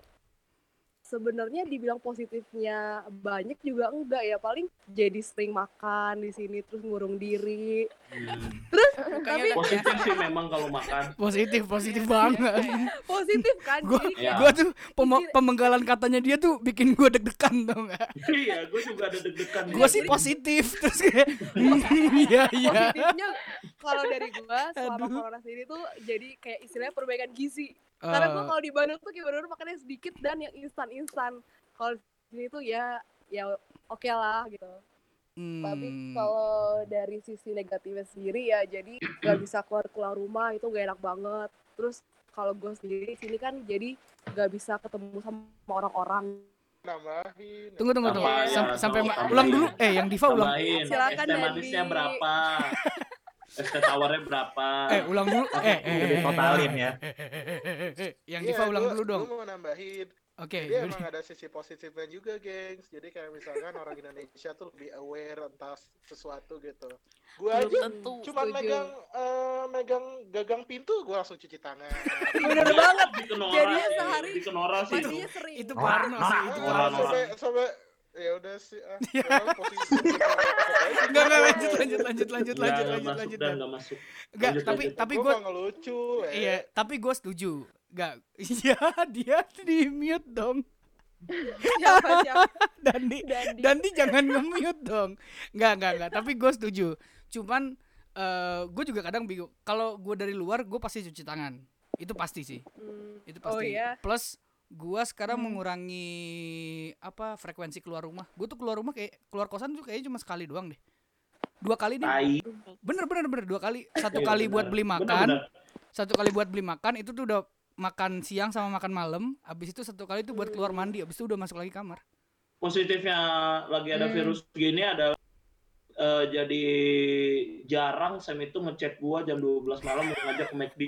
S9: sebenarnya dibilang positifnya banyak juga enggak ya paling jadi sering makan di sini terus ngurung diri
S4: Hmm.
S9: tapi
S1: Kayaknya udah-
S4: Positif sih memang kalau makan. [LAUGHS]
S9: Iya,
S1: Positif, positif banget.
S9: positif kan
S1: [LAUGHS] Gua-
S9: jadi
S4: Iya.
S1: Gua tuh pemo- pemenggalan katanya dia tuh bikin gua deg-degan tau nggak?
S4: Iya, gue juga ada deg-degan.
S1: Gua
S9: iya.
S1: sih positif terus kayak
S9: [LAUGHS]
S1: "Hmm, iya iya.
S9: positifnya kalau dari gue selama
S1: Aduh.
S9: corona sini tuh jadi kayak istilahnya perbaikan gizi karena
S1: Eh,
S9: gue kalau di Bandung tuh kayak bener makannya sedikit dan yang instan-instan kalau di sini tuh ya ya oke lah gitu
S1: Eh,
S9: Tapi
S1: hmm.
S9: kalau dari sisi negatifnya sendiri ya jadi
S1: [CLEARS THROAT]
S9: nggak bisa keluar keluar rumah itu gak enak banget. Terus kalau gue sendiri di sini kan jadi nggak bisa ketemu sama orang-orang.
S8: Namahin.
S1: Tunggu tunggu tunggu
S4: Tambahin,
S1: Sam- sampai ma-
S4: tambahin.
S1: ulang dulu eh yang Diva ulang
S4: Tambahin.
S9: Silakan
S4: es teh manisnya
S9: dari-
S4: berapa? Es teh tawarnya berapa?
S1: [LAUGHS] eh ulang dulu eh eh
S7: Udah ditotalin ya.
S1: eh, eh, eh, eh, eh. yang
S8: Iya,
S1: Diva ulang
S8: gua-
S1: dulu dong. Eh,
S8: gua mau nambahin.
S1: Oke.
S8: Jadi emang ada sisi positifnya juga, gengs. Jadi kayak misalkan orang Indonesia tuh lebih aware entah sesuatu gitu. Gua
S5: Belum
S8: aja
S5: tentu.
S8: cuman
S9: setuju.
S8: megang eh, megang gagang pintu gua langsung cuci tangan.
S9: Bener banget.
S4: Iya, Di Kenora,
S9: Jadinya
S4: sih,
S9: sehari
S4: di Kenora sih itu.
S9: Pastinya sering.
S1: Itu parno sih itu
S8: Ah,
S4: Orang-orang.
S1: parno.
S8: sampai sampai ya udah sih ah. Orang
S1: [LAUGHS]
S8: posisi. gitu.
S1: Enggak enggak Iya. lanjut lanjut lanjut lanjut
S4: Nggak,
S1: lanjut
S4: nggak
S1: lanjut
S4: masuk
S1: lanjut.
S4: dan
S1: lanjut.
S4: nggak masuk.
S1: Enggak
S4: Lanjut,
S1: tapi
S4: lanjut.
S1: tapi
S8: Gua
S1: gua
S8: nggak ngelucu. eh.
S1: Iya, tapi gue setuju. Gak, [LAUGHS] iya dia di mute dong. [LAUGHS]
S9: Siapa siapa
S1: Dandi,
S9: Dandi.
S1: Dandi
S9: [LAUGHS]
S1: jangan nge-mute dong. Nggak, nggak, nggak. Tapi gue setuju. Cuman eh gue juga kadang bingung. Kalau gue dari luar, gue pasti cuci tangan. Itu pasti sih. [LAUGHS]
S9: Hmm,
S1: Itu
S9: Oh
S1: pasti.
S9: iya. Hmm.
S1: Plus gue sekarang mengurangi apa frekuensi keluar rumah. Gue tuh keluar rumah kayak keluar kosan tuh kayaknya cuma sekali doang deh. Dua kali nih.
S4: Tai.
S1: Bener bener bener dua kali. Satu
S4: Ah. Iya,
S1: kali buat
S4: benar.
S1: beli
S4: Benar,
S1: makan
S4: benar.
S1: satu kali buat beli makan itu tuh udah makan siang sama makan malam habis itu satu kali tuh buat keluar mandi habis itu udah masuk lagi kamar
S4: [LAUGHS] Positifnya lagi
S1: Hmm.
S4: ada virus gini adalah eh, jadi jarang Sam itu ngechat gua jam 12 malam mau ngajak ke
S1: [LAUGHS]
S4: McD.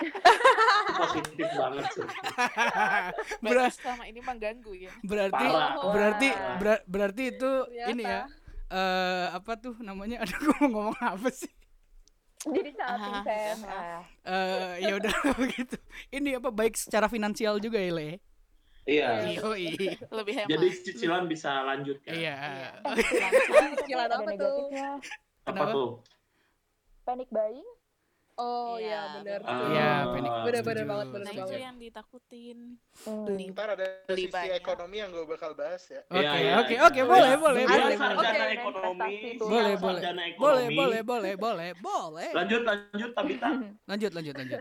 S4: Itu positif banget sih.
S1: Beras.
S5: Berarti selama ini mengganggu ya.
S1: berarti
S4: Parah.
S1: berarti ber- berarti itu
S5: Iya,
S9: Ternyata.
S1: ini ya eh apa tuh namanya [LAUGHS] aduh gue mau ngomong apa sih
S2: Jadi samping
S5: Ah,
S2: saya. Ah.
S5: udah.
S1: Eh ya udah [LAUGHS] begitu ini apa baik secara finansial juga ya le
S4: Iya.
S1: Yoi.
S5: Lebih hemat.
S4: Jadi cicilan bisa lanjut kan?
S1: iya
S5: Iya.
S9: Cicilan
S2: Ada
S9: apa tuh?
S2: negatifnya.
S4: Apa
S1: Kenapa?
S4: tuh?
S2: Panic buying.
S9: Oh
S5: Iya,
S9: iya bener.
S5: bener.
S4: Ah,
S1: Iya, panic.
S9: Bener-bener
S1: setuju.
S9: banget bener
S5: Nah itu
S9: banget.
S5: yang ditakutin.
S2: Hmm.
S5: Beli.
S8: Ntar ada
S5: Beli
S8: sisi
S5: banyak.
S8: ekonomi yang gue bakal bahas ya.
S1: oke
S4: Iya, iya,
S1: oke
S4: iya.
S1: oke boleh
S4: Iya.
S1: boleh
S4: Siap
S1: boleh
S9: Oke,
S1: boleh
S4: sarjana
S9: investasi
S2: tuh.
S4: ekonomi, siap
S1: Boleh, boleh.
S4: sarjana
S1: boleh
S4: ekonomi.
S1: boleh boleh boleh boleh
S4: Lanjut lanjut Tabita.
S1: [LAUGHS] lanjut lanjut lanjut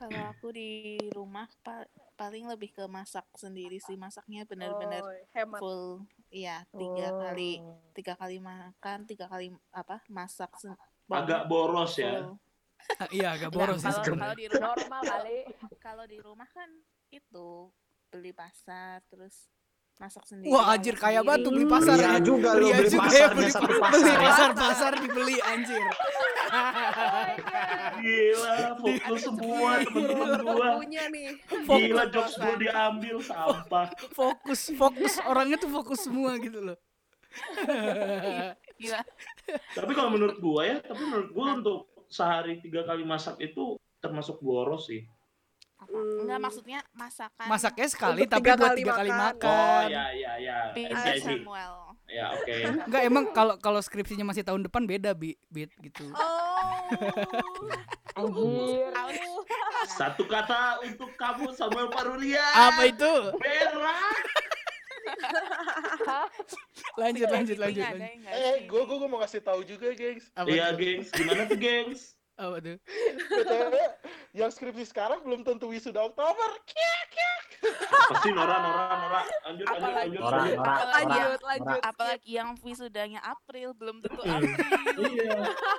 S5: Kalau aku di rumah pa- paling lebih ke masak sendiri sih. Masaknya bener-bener
S9: Oh, hemat.
S5: full. Iya, tiga kali
S2: Hmm.
S5: tiga kali makan, tiga kali apa masak. sen-
S4: Agak boros ya.
S5: full.
S1: Ah, iya agak
S5: Nah,
S1: boros sih
S5: kalau
S1: sebenarnya.
S5: kalau di rumah
S2: Normal kali.
S5: kalau di rumah kan itu beli pasar terus masak sendiri.
S1: Wah anjir kaya banget tuh beli
S5: Iya.
S1: pasar
S3: Ria
S7: Iya
S1: ya.
S3: juga lu beli
S1: juga
S3: pasarnya
S1: beli,
S3: satu
S1: beli
S3: pasar.
S1: pasar pasar dibeli anjir.
S4: Gila, fokus semua teman-teman gua.
S9: Punya nih.
S4: Gila jokes gua diambil sampah.
S1: fokus fokus orangnya tuh fokus semua gitu loh.
S5: Gila.
S4: Tapi kalau menurut gua ya, tapi menurut gua untuk sehari tiga kali masak itu termasuk boros sih.
S5: Apa? Enggak maksudnya masakan.
S1: Masaknya sekali
S9: Untuk
S1: tapi
S9: tiga
S1: buat
S9: kali
S1: tiga kali
S4: Oh
S9: makan.
S1: makan.
S4: ya ya ya.
S5: Pinter
S4: SIG.
S5: Samuel.
S4: Ya oke.
S1: Enggak emang kalau kalau skripsinya masih tahun depan beda bi bit gitu.
S9: Oh,
S5: [LAUGHS]
S2: Anjir.
S5: Aduh.
S4: Satu kata untuk kamu Samuel Parulia.
S1: Apa itu?
S4: Berak.
S1: Lanjut, lanjut, lanjut.
S5: Ada
S1: lanjut.
S5: yang nggak
S8: Eh,
S5: sih?
S8: gue gue mau ngasih tahu juga, gengs.
S1: Apa
S4: Iya,
S1: tuh?
S4: gengs. Gimana tuh, gengs?
S1: Apa tuh?
S8: BTW, yang skripsi sekarang belum tentu wisuda Oktober.
S4: Pasti Nora, Nora, Nora. Lanjut, lanjut,
S5: Apalagi-
S4: lanjut.
S7: Nora, Nora,
S4: lanjut.
S5: Apalagi-
S7: Nora.
S9: lanjut lanjut
S5: Apalagi yang wisudanya April belum tentu
S4: Hmm.
S5: April.
S4: Iya.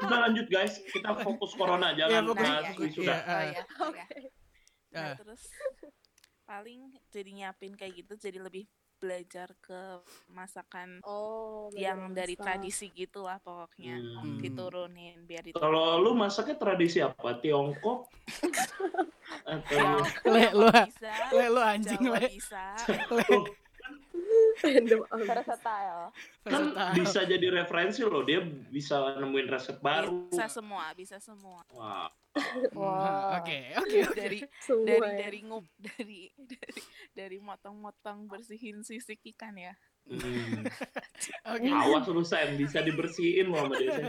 S4: Udah lanjut, guys. Kita fokus corona,
S1: Ya
S4: jangan
S5: fokus.
S4: bahas
S5: Nah, iya,
S4: wisuda.
S1: ah,
S5: Oh iya. oh iya. Nah,
S1: ah.
S5: terus paling jadi nyiapin kayak gitu jadi lebih belajar ke masakan
S9: oh
S5: yang dari
S9: masak.
S5: tradisi gitu lah pokoknya
S4: Hmm.
S5: diturunin biar [LAUGHS] itu
S4: Kalau lu masaknya tradisi apa? Tiongkok? Atau
S1: [LAUGHS] Le, lu,
S5: bisa
S1: le, lu anjing,
S5: Jawa
S1: le.
S5: bisa
S4: Oh,
S9: Random abis. [LAUGHS]
S2: Versatile.
S4: kan
S1: Versatile.
S4: bisa jadi referensi loh. Dia bisa nemuin resep baru.
S5: bisa semua bisa semua
S4: Wah,
S1: Nah, Oke, oke, oke.
S5: dari
S9: Semua
S5: dari
S9: ya.
S5: dari ngup dari dari dari motong-motong bersihin sisik ikan ya
S4: hmm.
S1: Oke. [LAUGHS]
S4: awas lu Sam, bisa dibersihin loh sama dia. Sam.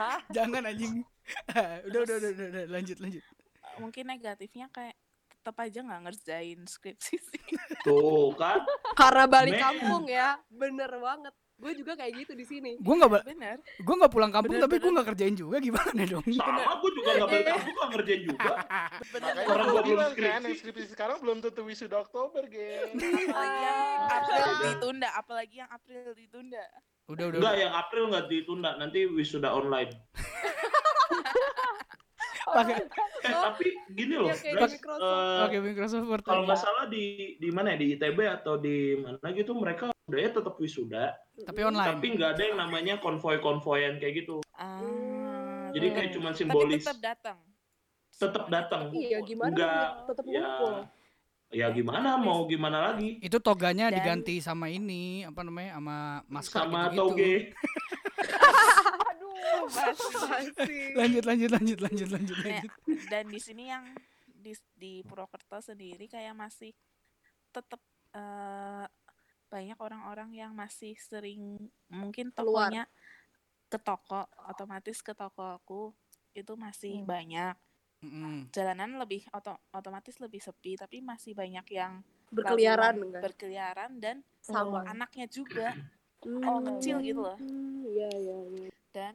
S2: Hah?
S1: Jangan anjing. [LAUGHS] udah, udah, udah, udah, udah, lanjut, lanjut.
S5: Eh, mungkin negatifnya kayak tetap aja nggak ngerjain skripsi sih [LAUGHS]
S4: Tuh kan,
S9: Karena
S4: Men.
S9: balik kampung ya, bener banget. Gue juga kayak gitu di sini.
S1: Gue nggak, ba-
S5: bener
S1: gua nggak pulang kampung tapi gue
S5: Bener-bener.
S1: nggak kerjain juga gimana [LAUGHS] dong?
S5: Iya.
S4: sama gue juga nggak balik kampung nggak ngerjain juga.
S5: bener
S8: Makanya
S4: Orang
S8: orang
S4: gua
S8: gue
S4: belum
S8: bilang kan,
S4: skripsi.
S8: yang skripsi sekarang belum tentu wisuda Oktober, gengs.
S5: apalagi yang
S9: Ah.
S5: April
S4: Iya.
S5: ditunda apalagi yang April ditunda
S1: Udah, udah,
S4: Enggak
S1: udah.
S4: yang April nggak ditunda, nanti wisuda online.
S1: [LAUGHS] Pakai,
S4: Eh
S9: Oh,
S4: tapi gini loh,
S9: iya, kayak di
S4: guys.
S9: Microsoft.
S4: eh,
S1: pakai Microsoft Word.
S4: kalau nggak salah di di mana ya di ITB atau di mana gitu mereka budaya tetap wisuda,
S1: Tapi online.
S4: tapi nggak ada yang namanya konvoy-konvoyan kayak gitu.
S5: Ah,
S4: Jadi
S5: bener.
S4: kayak cuma
S5: tapi
S4: simbolis.
S5: tetap datang
S4: Tetap
S5: Semuanya
S4: datang.
S5: tetap
S9: Iya,
S5: ngumpul.
S9: gimana
S4: Enggak,
S9: dong? Tetap
S4: ya.
S9: ngumpul.
S4: Ya gimana mau gimana lagi?
S1: Itu toganya
S5: Dan-
S1: diganti sama ini, apa namanya, sama masker
S4: Sama
S1: gitu-gitu.
S4: toge.
S2: Aduh.
S1: Lanjut, lanjut, lanjut, lanjut, lanjut,
S5: Eh,
S1: lanjut.
S5: dan di sini yang di di Purwokerto sendiri kayak masih tetap eh, banyak orang-orang yang masih sering mungkin
S9: Keluar.
S5: tokonya ke toko otomatis ke tokoku itu masih
S2: Hmm.
S5: banyak
S1: Mm-mm.
S5: jalanan lebih oto- otomatis lebih sepi tapi masih banyak yang
S9: Berkeliaran
S5: laluan,
S9: enggak?
S5: berkeliaran dan
S9: Sama.
S5: anaknya juga
S9: Hmm,
S5: orang kecil gitu loh.
S9: hmm, Iya, iya, iya.
S5: dan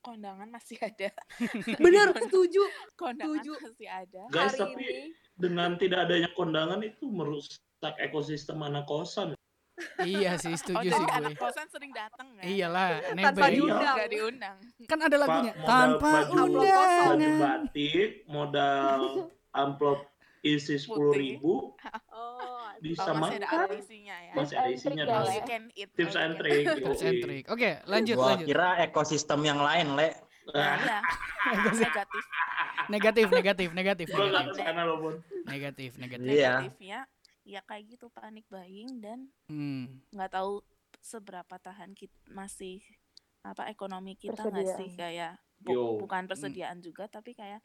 S5: kondangan masih ada
S9: [LAUGHS]
S5: [LAUGHS]
S9: Bener, setuju.
S5: kondangan
S9: Setuju.
S5: masih ada
S4: Guys,
S9: Hari
S4: tapi
S9: ini
S4: dengan tidak adanya kondangan itu merusak ekosistem anak kosan.
S1: Iya sih,
S5: Oh,
S1: setuju
S5: jadi
S1: sih gue. Iya,
S5: anak kosan sering datang kan?
S1: Iyalah,
S9: tanpa
S1: nebeng.
S4: diundang.
S9: diundang.
S5: Gak diundang.
S1: Kan ada lagunya.
S4: modal
S1: Tanpa
S4: baju- Baju
S1: undangan.
S4: batik, modal amplop isi sepuluh ribu,
S9: Oh,
S5: Oh, masih ada
S4: disamakan
S5: isinya ya.
S4: masih ada isinya
S2: Tips and
S4: dong.
S5: Oh,
S2: trick
S5: you can eat.
S4: Tips
S5: oh, you
S4: and
S5: can-
S4: trick.
S1: Tips
S4: yoi.
S1: and trick. Oke, lanjut,
S7: Gua
S1: lanjut.
S7: kira ekosistem yang lain, Le.
S5: Nah,
S4: Nah, [LAUGHS]
S5: iya. Negatif.
S1: Negatif, negatif, negatif,
S4: gue nggak
S1: negatif,
S4: kesana loh, Bon.
S1: negatif, negatif.
S7: Iya.
S5: Negatifnya ya kayak gitu panik buying dan
S1: Hmm.
S5: nggak tahu seberapa tahan kita masih apa ekonomi kita nggak sih
S2: Persediaan.
S5: kayak bu-
S4: Yo, Hmm.
S5: bukan persediaan juga tapi kayak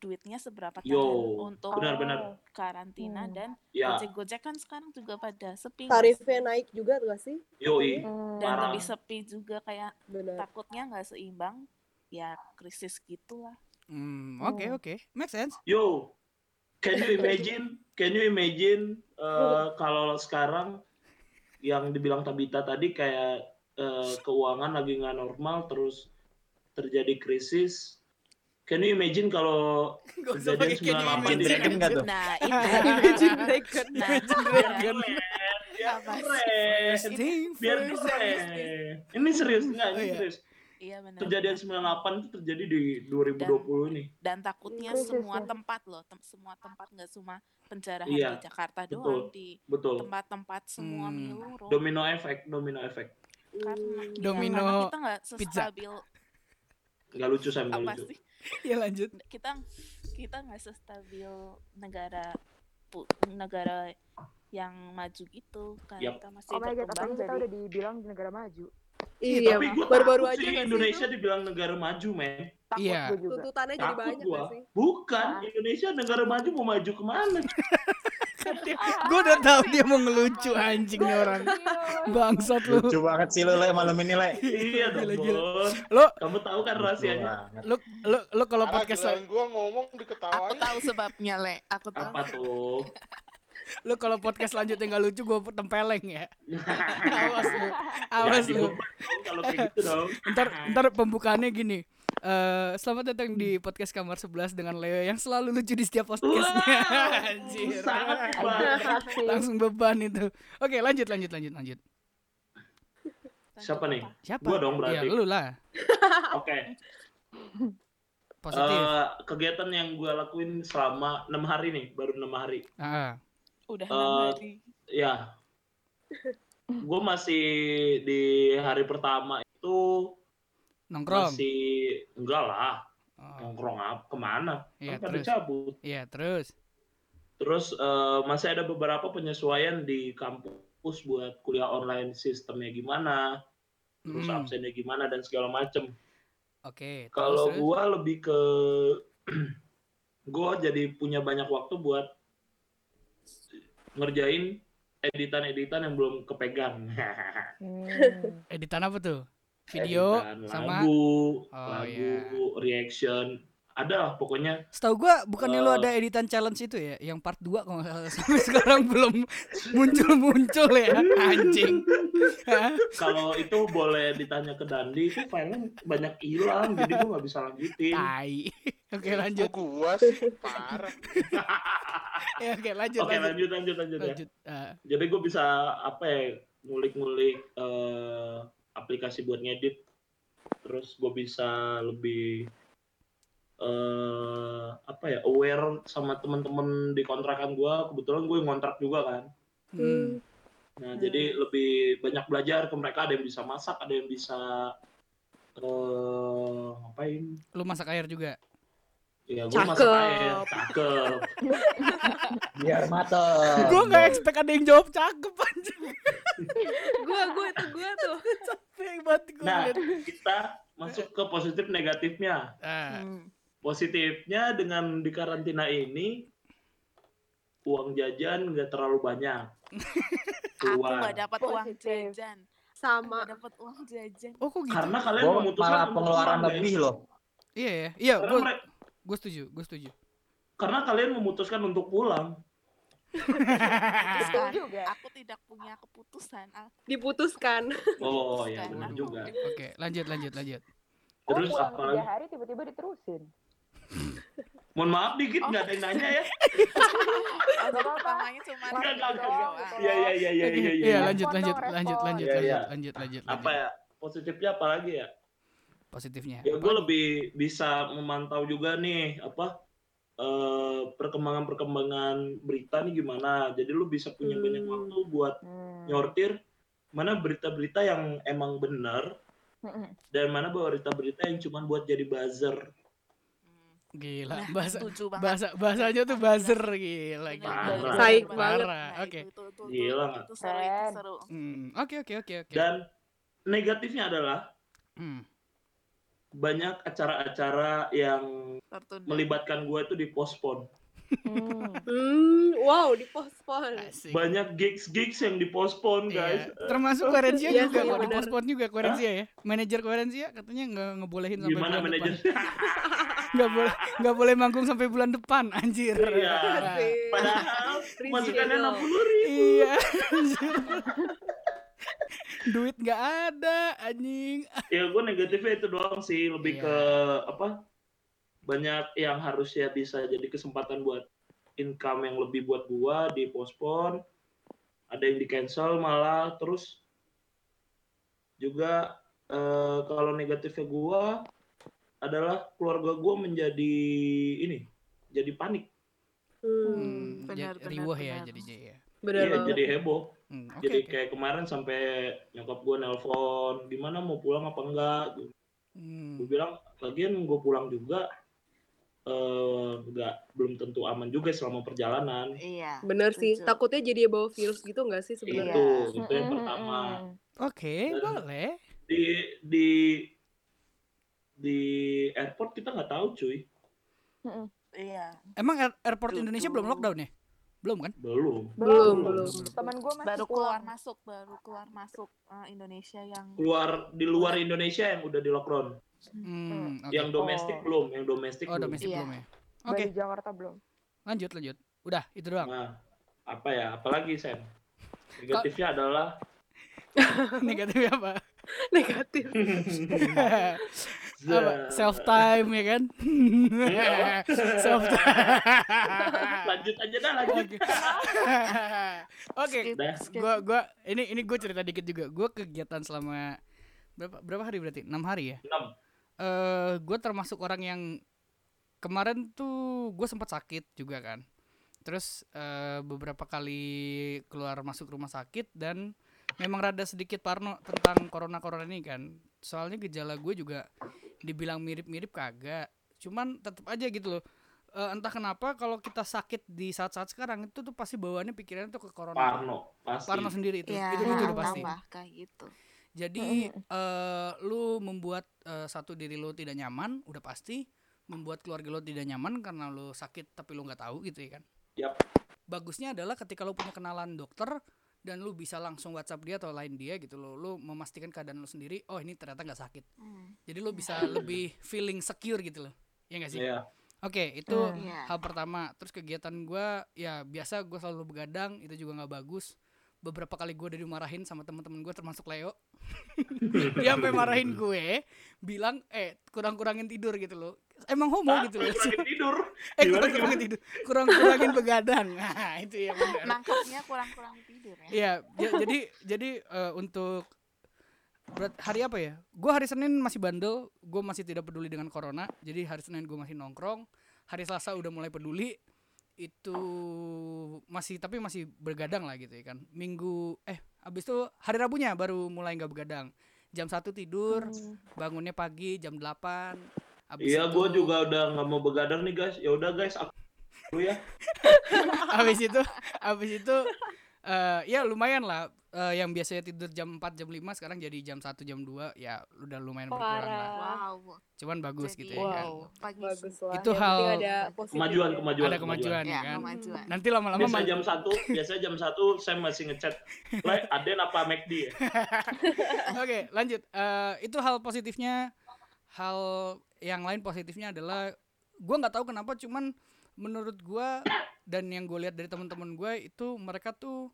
S5: duitnya seberapa tahan
S4: yo,
S5: untuk
S4: benar-benar.
S5: karantina
S2: Hmm.
S5: dan
S4: Ya,
S5: gojek gojek kan sekarang juga pada sepi nggak
S9: tarifnya
S5: sih?
S9: naik juga gak sih?
S4: yoi.
S2: Hmm.
S5: dan
S4: Parah.
S5: lebih sepi juga kayak
S2: Iya.
S9: Bener.
S5: takutnya nggak seimbang ya krisis gitulah
S1: Hmm, oke
S2: Hmm.
S1: oke, make sense. [LAUGHS]
S4: Yo, can you imagine? Can you imagine eh, kalau sekarang yang dibilang Tabita tadi kayak eh, keuangan lagi nggak normal, terus terjadi krisis. Can you imagine kalau
S1: Gak
S4: kejadian 98 di
S7: Imagine
S4: Dragon?
S1: [LAUGHS]
S7: Dragon. Aduh.
S5: nah itu
S1: gitu? Imagine
S5: Dragon nah
S1: Dragon.
S4: Biar
S5: Apa sih?
S4: ya, keren,
S1: Sing
S4: biar ya?
S1: first.
S4: keren. Ini serius nggak?
S1: Oh,
S4: Ini
S1: iya.
S4: serius.
S5: iya benar
S4: Kejadian
S5: benar.
S4: 98 itu terjadi di 2020 ini.
S5: dan takutnya
S2: Krisis
S5: semua
S2: ya.
S5: tempat loh tem- semua tempat nggak cuma penjarahan
S4: Iya,
S5: di Jakarta
S4: betul.
S5: doang di
S4: Betul.
S5: tempat-tempat semua
S1: Hmm.
S5: miluruh
S4: Domino efek, domino efek.
S5: karena
S9: Hmm.
S5: ya,
S1: Domino
S5: karena kita nggak
S1: pizza.
S5: sestabil
S4: Nggak lucu, Sam. Nggak
S5: apa
S4: lucu.
S5: sih
S1: Ya lanjut.
S5: kita kita nggak sestabil negara pu- negara yang maju gitu kan
S4: Yap.
S5: kita masih
S2: Oh my god,
S5: berkembang
S2: apalagi kita
S5: jadi
S2: udah dibilang di negara maju.
S9: Iya,
S4: Tapi gue
S9: baru-baru
S4: takut
S9: aja
S4: sih
S9: gak sih
S4: Indonesia
S9: itu?
S4: dibilang negara maju, men.
S2: Takut
S1: Iya.
S2: gue juga.
S9: Tuntutannya jadi
S4: Takut
S9: banyak
S4: gue.
S9: gak sih?
S4: Bukan,
S2: Ah.
S4: Indonesia negara maju mau maju kemana?
S1: Gue udah tahu dia mau ngelucu anjing nih orang.
S2: Iya.
S1: Bangsat lu.
S7: Lucu banget sih lo le malam ini le.
S4: iya dong
S1: Gila, gila.
S4: bos
S1: Lo
S4: kamu tahu kan rahasianya
S1: lo lo lo [LAUGHS] kalau
S8: Alah,
S1: podcast
S8: giliran gua ngomong diketawain.
S5: Aku tahu sebabnya, Le. Aku tahu.
S4: apa tuh
S1: lu kalau podcast lanjutnya nggak lucu gue tempeleng ya awas lu awas lu
S4: Ya, diumpat dong kalau kayak gitu dong
S1: ntar ntar pembukaannya gini Eh, selamat datang di podcast kamar 11 dengan Leo yang selalu lucu di setiap podcastnya
S4: Wah,
S1: Anjir.
S4: sangat
S2: [LAUGHS]
S4: hebat.
S2: Pasti.
S1: langsung beban itu oke lanjut lanjut lanjut lanjut
S4: siapa nih
S1: siapa
S4: Gua dong berarti.
S1: ya lu lah
S4: oke
S1: positif
S4: eh, kegiatan yang gue lakuin selama enam hari nih baru enam hari
S1: Ah,
S5: Udah
S4: Eh,
S5: enam hari.
S4: ya gue masih di hari pertama itu
S1: nongkrong
S4: masih enggak lah
S1: Oh,
S4: nongkrong apa kemana
S1: Iya,
S4: Ah. kan pada
S1: terus.
S4: cabut
S1: iya terus
S4: terus eh, masih ada beberapa penyesuaian di kampus buat kuliah online sistemnya gimana terus
S1: Hmm, oke
S4: absennya gimana dan segala macem
S1: terus,
S4: kalau
S1: terus.
S4: gue lebih ke [CLEARS THROAT] gue jadi punya banyak waktu buat ngerjain editan-editan yang belum kepegang [LAUGHS]
S2: Hmm.
S1: editan apa tuh video
S4: Editan
S1: sama Oh,
S4: lagu lagu
S1: iya.
S4: reaction ada lah pokoknya
S1: Setahu gua bukannya lu
S4: Eh.
S1: ada editan challenge itu ya, yang part 2 kalau nggak salah [LAUGHS] sampai sekarang
S4: [LAUGHS]
S1: belum muncul-muncul ya, anjing. Hah? [LAUGHS]
S4: kalau itu boleh ditanya ke Dandi itu filenya banyak hilang jadi gue nggak bisa lanjutin
S1: Tai. [LAUGHS] Oke lanjut.
S4: [LAUGHS]
S6: Kok gua sih
S8: Parah.
S1: Ya, oke lanjut.
S4: oke lanjut lanjut lanjut, ya.
S1: Lanjut. Ah,
S4: jadi gue bisa apa ya ngulik-ngulik eh, aplikasi buat ngedit terus gue bisa lebih eh apa ya aware sama teman-teman di kontrakan gue kebetulan gue ngontrak juga kan
S1: hmm.
S4: Nah, jadi lebih banyak belajar ke mereka. Ada yang bisa masak, ada yang bisa eh ngapain?
S1: Lu masak air juga.
S4: Ya, gue masak
S9: Cakep.
S4: air, cakep.
S7: Biar mateng.
S1: Gua nggak expect ada yang jawab cakep anjing.
S9: Gue, gue itu gue tuh.
S1: Capek banget gua.
S4: Nah,
S5: Eh,
S1: liat.
S4: kita masuk ke positif negatifnya.
S1: Ah,
S5: Hmm.
S4: Positifnya dengan di karantina ini uang jajan nggak terlalu banyak.
S5: Aku
S4: Keluar.
S5: nggak dapat uang
S2: Positif.
S5: jajan.
S9: Sama.
S5: Nggak dapat uang jajan.
S1: Oh kok gitu?
S4: Karena kalian
S7: Gua
S4: memutuskan
S7: malah
S4: untuk
S7: pengeluaran
S4: keluar, guys.
S7: lebih loh.
S1: Iya ya. Iya,
S4: Karena,
S1: gua
S4: mere-
S1: gua setuju, gua
S4: [LAUGHS]
S1: setuju.
S4: karena kalian memutuskan untuk pulang.
S5: Putuskan.
S2: Setuju, guys.
S5: Kan? Aku tidak punya keputuskan. Aku
S9: Diputuskan.
S4: Oh ya
S5: Karena-
S4: benar juga.
S1: Oke, lanjut lanjut lanjut.
S2: Oh,
S4: Terus
S2: pulang
S4: apa
S2: tiga
S4: lagi?
S2: hari tiba-tiba diterusin.
S4: Mohon maaf dikit nggak ada yang nanya ya.
S5: Aku pertamanya cuma
S4: Enggak, enggak, enggak,
S5: doang.
S2: enggak.
S4: Iya iya iya iya
S1: Oke,
S4: iya.
S1: Iya,
S4: iya.
S1: lanjut lanjut
S2: Respon dong,
S1: lanjut
S2: respon.
S1: lanjut
S4: Iya, iya.
S1: lanjut lanjut lanjut.
S4: apa ya positifnya apa lagi ya?
S1: Positifnya.
S4: Ya
S1: apa
S4: gue
S1: lagi?
S4: lebih bisa memantau juga nih apa eh, perkembangan-perkembangan berita nih gimana. Jadi lu bisa punya
S9: Hmm.
S4: banyak waktu buat
S2: Hmm.
S4: nyortir mana berita-berita yang emang benar
S2: Mm-mm.
S4: dan mana berita-berita yang cuman buat jadi buzzer.
S5: Hmm.
S1: Gila,
S5: Nah,
S1: bahasa
S5: setuju banget.
S1: bahasa bahasanya tuh buzzer gila
S5: Bener,
S1: gila.
S4: Parah.
S5: bener, bener,
S9: Saik
S5: bener.
S9: banget.
S1: Parah,
S5: Nah,
S1: Oke.
S5: itu- itu- itu- itu-
S4: Gila nggak?
S5: Itu seru, itu
S2: Keren.
S5: seru.
S1: Hmm, oke oke oke oke.
S4: Dan negatifnya adalah
S1: Hmm.
S4: banyak acara-acara yang
S5: Tertunda.
S4: melibatkan gue itu dipospon.
S2: Hmm.
S9: Hmm, wow, dipospon.
S1: Asik.
S4: Banyak gigs-gigs yang dipospon guys.
S1: Iya. Termasuk Korensia
S9: Iya,
S1: juga
S9: iya,
S1: kok, di
S9: bener.
S1: postpone juga Korensia ya. Manajer Korensia katanya nggak ngebolehin sampai
S4: Gimana
S1: bulan
S4: manajer?
S1: depan. Nggak boleh nggak boleh manggung sampai bulan depan, anjir.
S4: Iya.
S1: Nah,
S9: Asik.
S4: Padahal [LAUGHS]
S9: Prinsip
S4: masukannya
S9: dong.
S4: enam puluh ribu.
S1: iya. anjir. Duit nggak ada, anjing.
S4: Ya gue negatifnya itu doang sih, lebih
S1: Iya.
S4: ke apa? Banyak yang harusnya bisa jadi kesempatan buat income yang lebih buat gua di postpone, ada yang di cancel malah, terus juga eh, kalau negatifnya gua adalah keluarga gua menjadi ini, jadi panik,
S9: Hmm,
S1: Hmm,
S5: benar,
S1: jadi
S5: benar,
S1: riweh ya
S5: benar.
S1: jadinya ya.
S9: bener
S4: Iya,
S9: banget.
S4: jadi heboh.
S1: Hmm, oke
S4: jadi
S1: oke.
S4: kayak kemarin sampai nyokap gue nelpon gimana mau pulang apa enggak
S1: Hmm.
S4: gue bilang lagian gue pulang juga eh enggak belum tentu aman juga selama perjalanan
S5: Iya.
S9: Bener sih.
S5: Setuju.
S9: Takutnya jadi bawa virus gitu nggak
S5: Iya.
S9: sih sebenarnya?
S4: itu [LAUGHS] itu yang
S2: Mm-mm,
S4: pertama
S2: mm-mm.
S1: Oke,
S4: Dan-
S1: boleh.
S4: di di di airport kita nggak tahu cuy
S5: Iya.
S1: Emang air- airport
S5: Tuh,
S1: Indonesia
S5: tuh.
S1: belum lockdown ya? Belum kan?
S4: belum
S9: Belum,
S5: Iya.
S4: belum.
S9: belum. [LAUGHS]
S2: Temen gue masih
S5: baru keluar masuk baru keluar masuk eh, Indonesia
S4: Iya,
S5: yang
S4: keluar di luar Indonesia yang udah di lockdown
S1: Hmm, oke.
S4: yang domestik
S2: Oh.
S4: belum yang domestik
S1: Oh,
S4: belum
S1: domestik
S5: Iya.
S1: belum ya. Oke,
S2: Bali Jakarta belum.
S1: lanjut lanjut. Udah, itu
S5: [LAUGHS]
S1: doang.
S4: nah apa ya apalagi Sen negatifnya adalah [LAUGHS]
S1: Negatifnya
S5: [LAUGHS]
S1: apa?
S9: Negatif.
S1: [LAUGHS]
S5: Iya.
S1: [LAUGHS] apa? Self time ya kan?
S5: Iya.
S1: [LAUGHS] Self
S5: [LAUGHS]
S1: time.
S4: lanjut aja dah lanjut
S1: Oke. [LAUGHS] Oke.
S5: skip,
S4: Dah.
S5: skip.
S1: Gua gua ini ini gue cerita dikit juga. Gua kegiatan selama berapa berapa hari berarti? 6 hari ya?
S4: enam
S1: eh gue termasuk orang yang kemarin tuh gue sempat sakit juga kan terus eh, beberapa kali keluar masuk rumah sakit dan memang rada sedikit parno tentang corona corona ini kan soalnya gejala gue juga dibilang mirip-mirip kagak cuman tetap aja gitu loh Eh, entah kenapa kalau kita sakit di saat-saat sekarang itu tuh pasti bawaannya pikirannya tuh ke corona
S4: Parno pasti
S1: parno sendiri itu
S5: ya
S1: itu itu udah pasti
S5: tambah kayak gitu
S1: jadi eh, lu membuat eh, satu diri lu tidak nyaman, udah pasti membuat keluarga lu tidak nyaman karena lu sakit tapi lu nggak tahu gitu ya kan.
S4: Yap.
S1: Bagusnya adalah ketika lu punya kenalan dokter dan lu bisa langsung WhatsApp dia atau lain dia gitu loh. Lu memastikan keadaan lu sendiri, oh ini ternyata nggak sakit.
S5: Hmm.
S1: Jadi lu bisa lebih feeling secure gitu loh. Iya nggak sih?
S4: Iya.
S1: Oke, itu
S2: Hmm.
S5: Iya.
S1: hal pertama terus kegiatan gua ya biasa gua selalu begadang itu juga nggak bagus beberapa kali gue udah dimarahin sama teman-teman gue termasuk Leo [LAUGHS] dia sampai marahin gue bilang eh kurang-kurangin tidur gitu loh emang homo
S4: Ah,
S1: gitu loh
S4: lagi tidur
S1: [LAUGHS] eh
S4: Gimana,
S1: kurang-kurangin tidur kurang-kurangin begadang [LAUGHS] nah itu yang benar
S5: nangkepnya kurang-kurang tidur ya
S1: Iya, ja- jadi jadi eh, untuk berat- hari apa ya? Gue hari Senin masih bandel, gue masih tidak peduli dengan corona. Jadi hari Senin gue masih nongkrong. Hari Selasa udah mulai peduli. Itu masih tapi masih bergadang lah gitu ya kan. Minggu eh abis itu hari Rabunya baru mulai nggak begadang. Jam 1 tidur, bangunnya pagi jam 8. Abis
S4: iya
S1: itu-
S4: gue juga udah nggak mau begadang nih guys ya udah guys aku dulu ya
S1: abis itu abis itu eh, ya lumayan lah Eh, yang biasanya tidur jam 4 jam 5 sekarang jadi jam 1 jam 2 ya udah lumayan berkurang lah
S9: Parah.
S5: wow
S1: cuman bagus
S5: Jadi,
S1: gitu ya kan
S5: wow. pagi
S9: Bagus lah.
S1: Itu
S9: Yang penting
S1: hal-
S9: ada positif
S4: kemajuan
S9: ya.
S4: kemajuan
S1: ada kemajuan ya
S5: ya
S1: kan
S5: kemajuan
S1: nanti lama-lama
S4: biasa
S1: mah-
S4: jam satu biasa jam satu saya masih ngechat like Aden apa McD ya
S1: oke lanjut Eh, itu hal positifnya hal yang lain positifnya adalah gua nggak tahu kenapa cuman menurut gua dan yang gue lihat dari teman-teman gue itu mereka tuh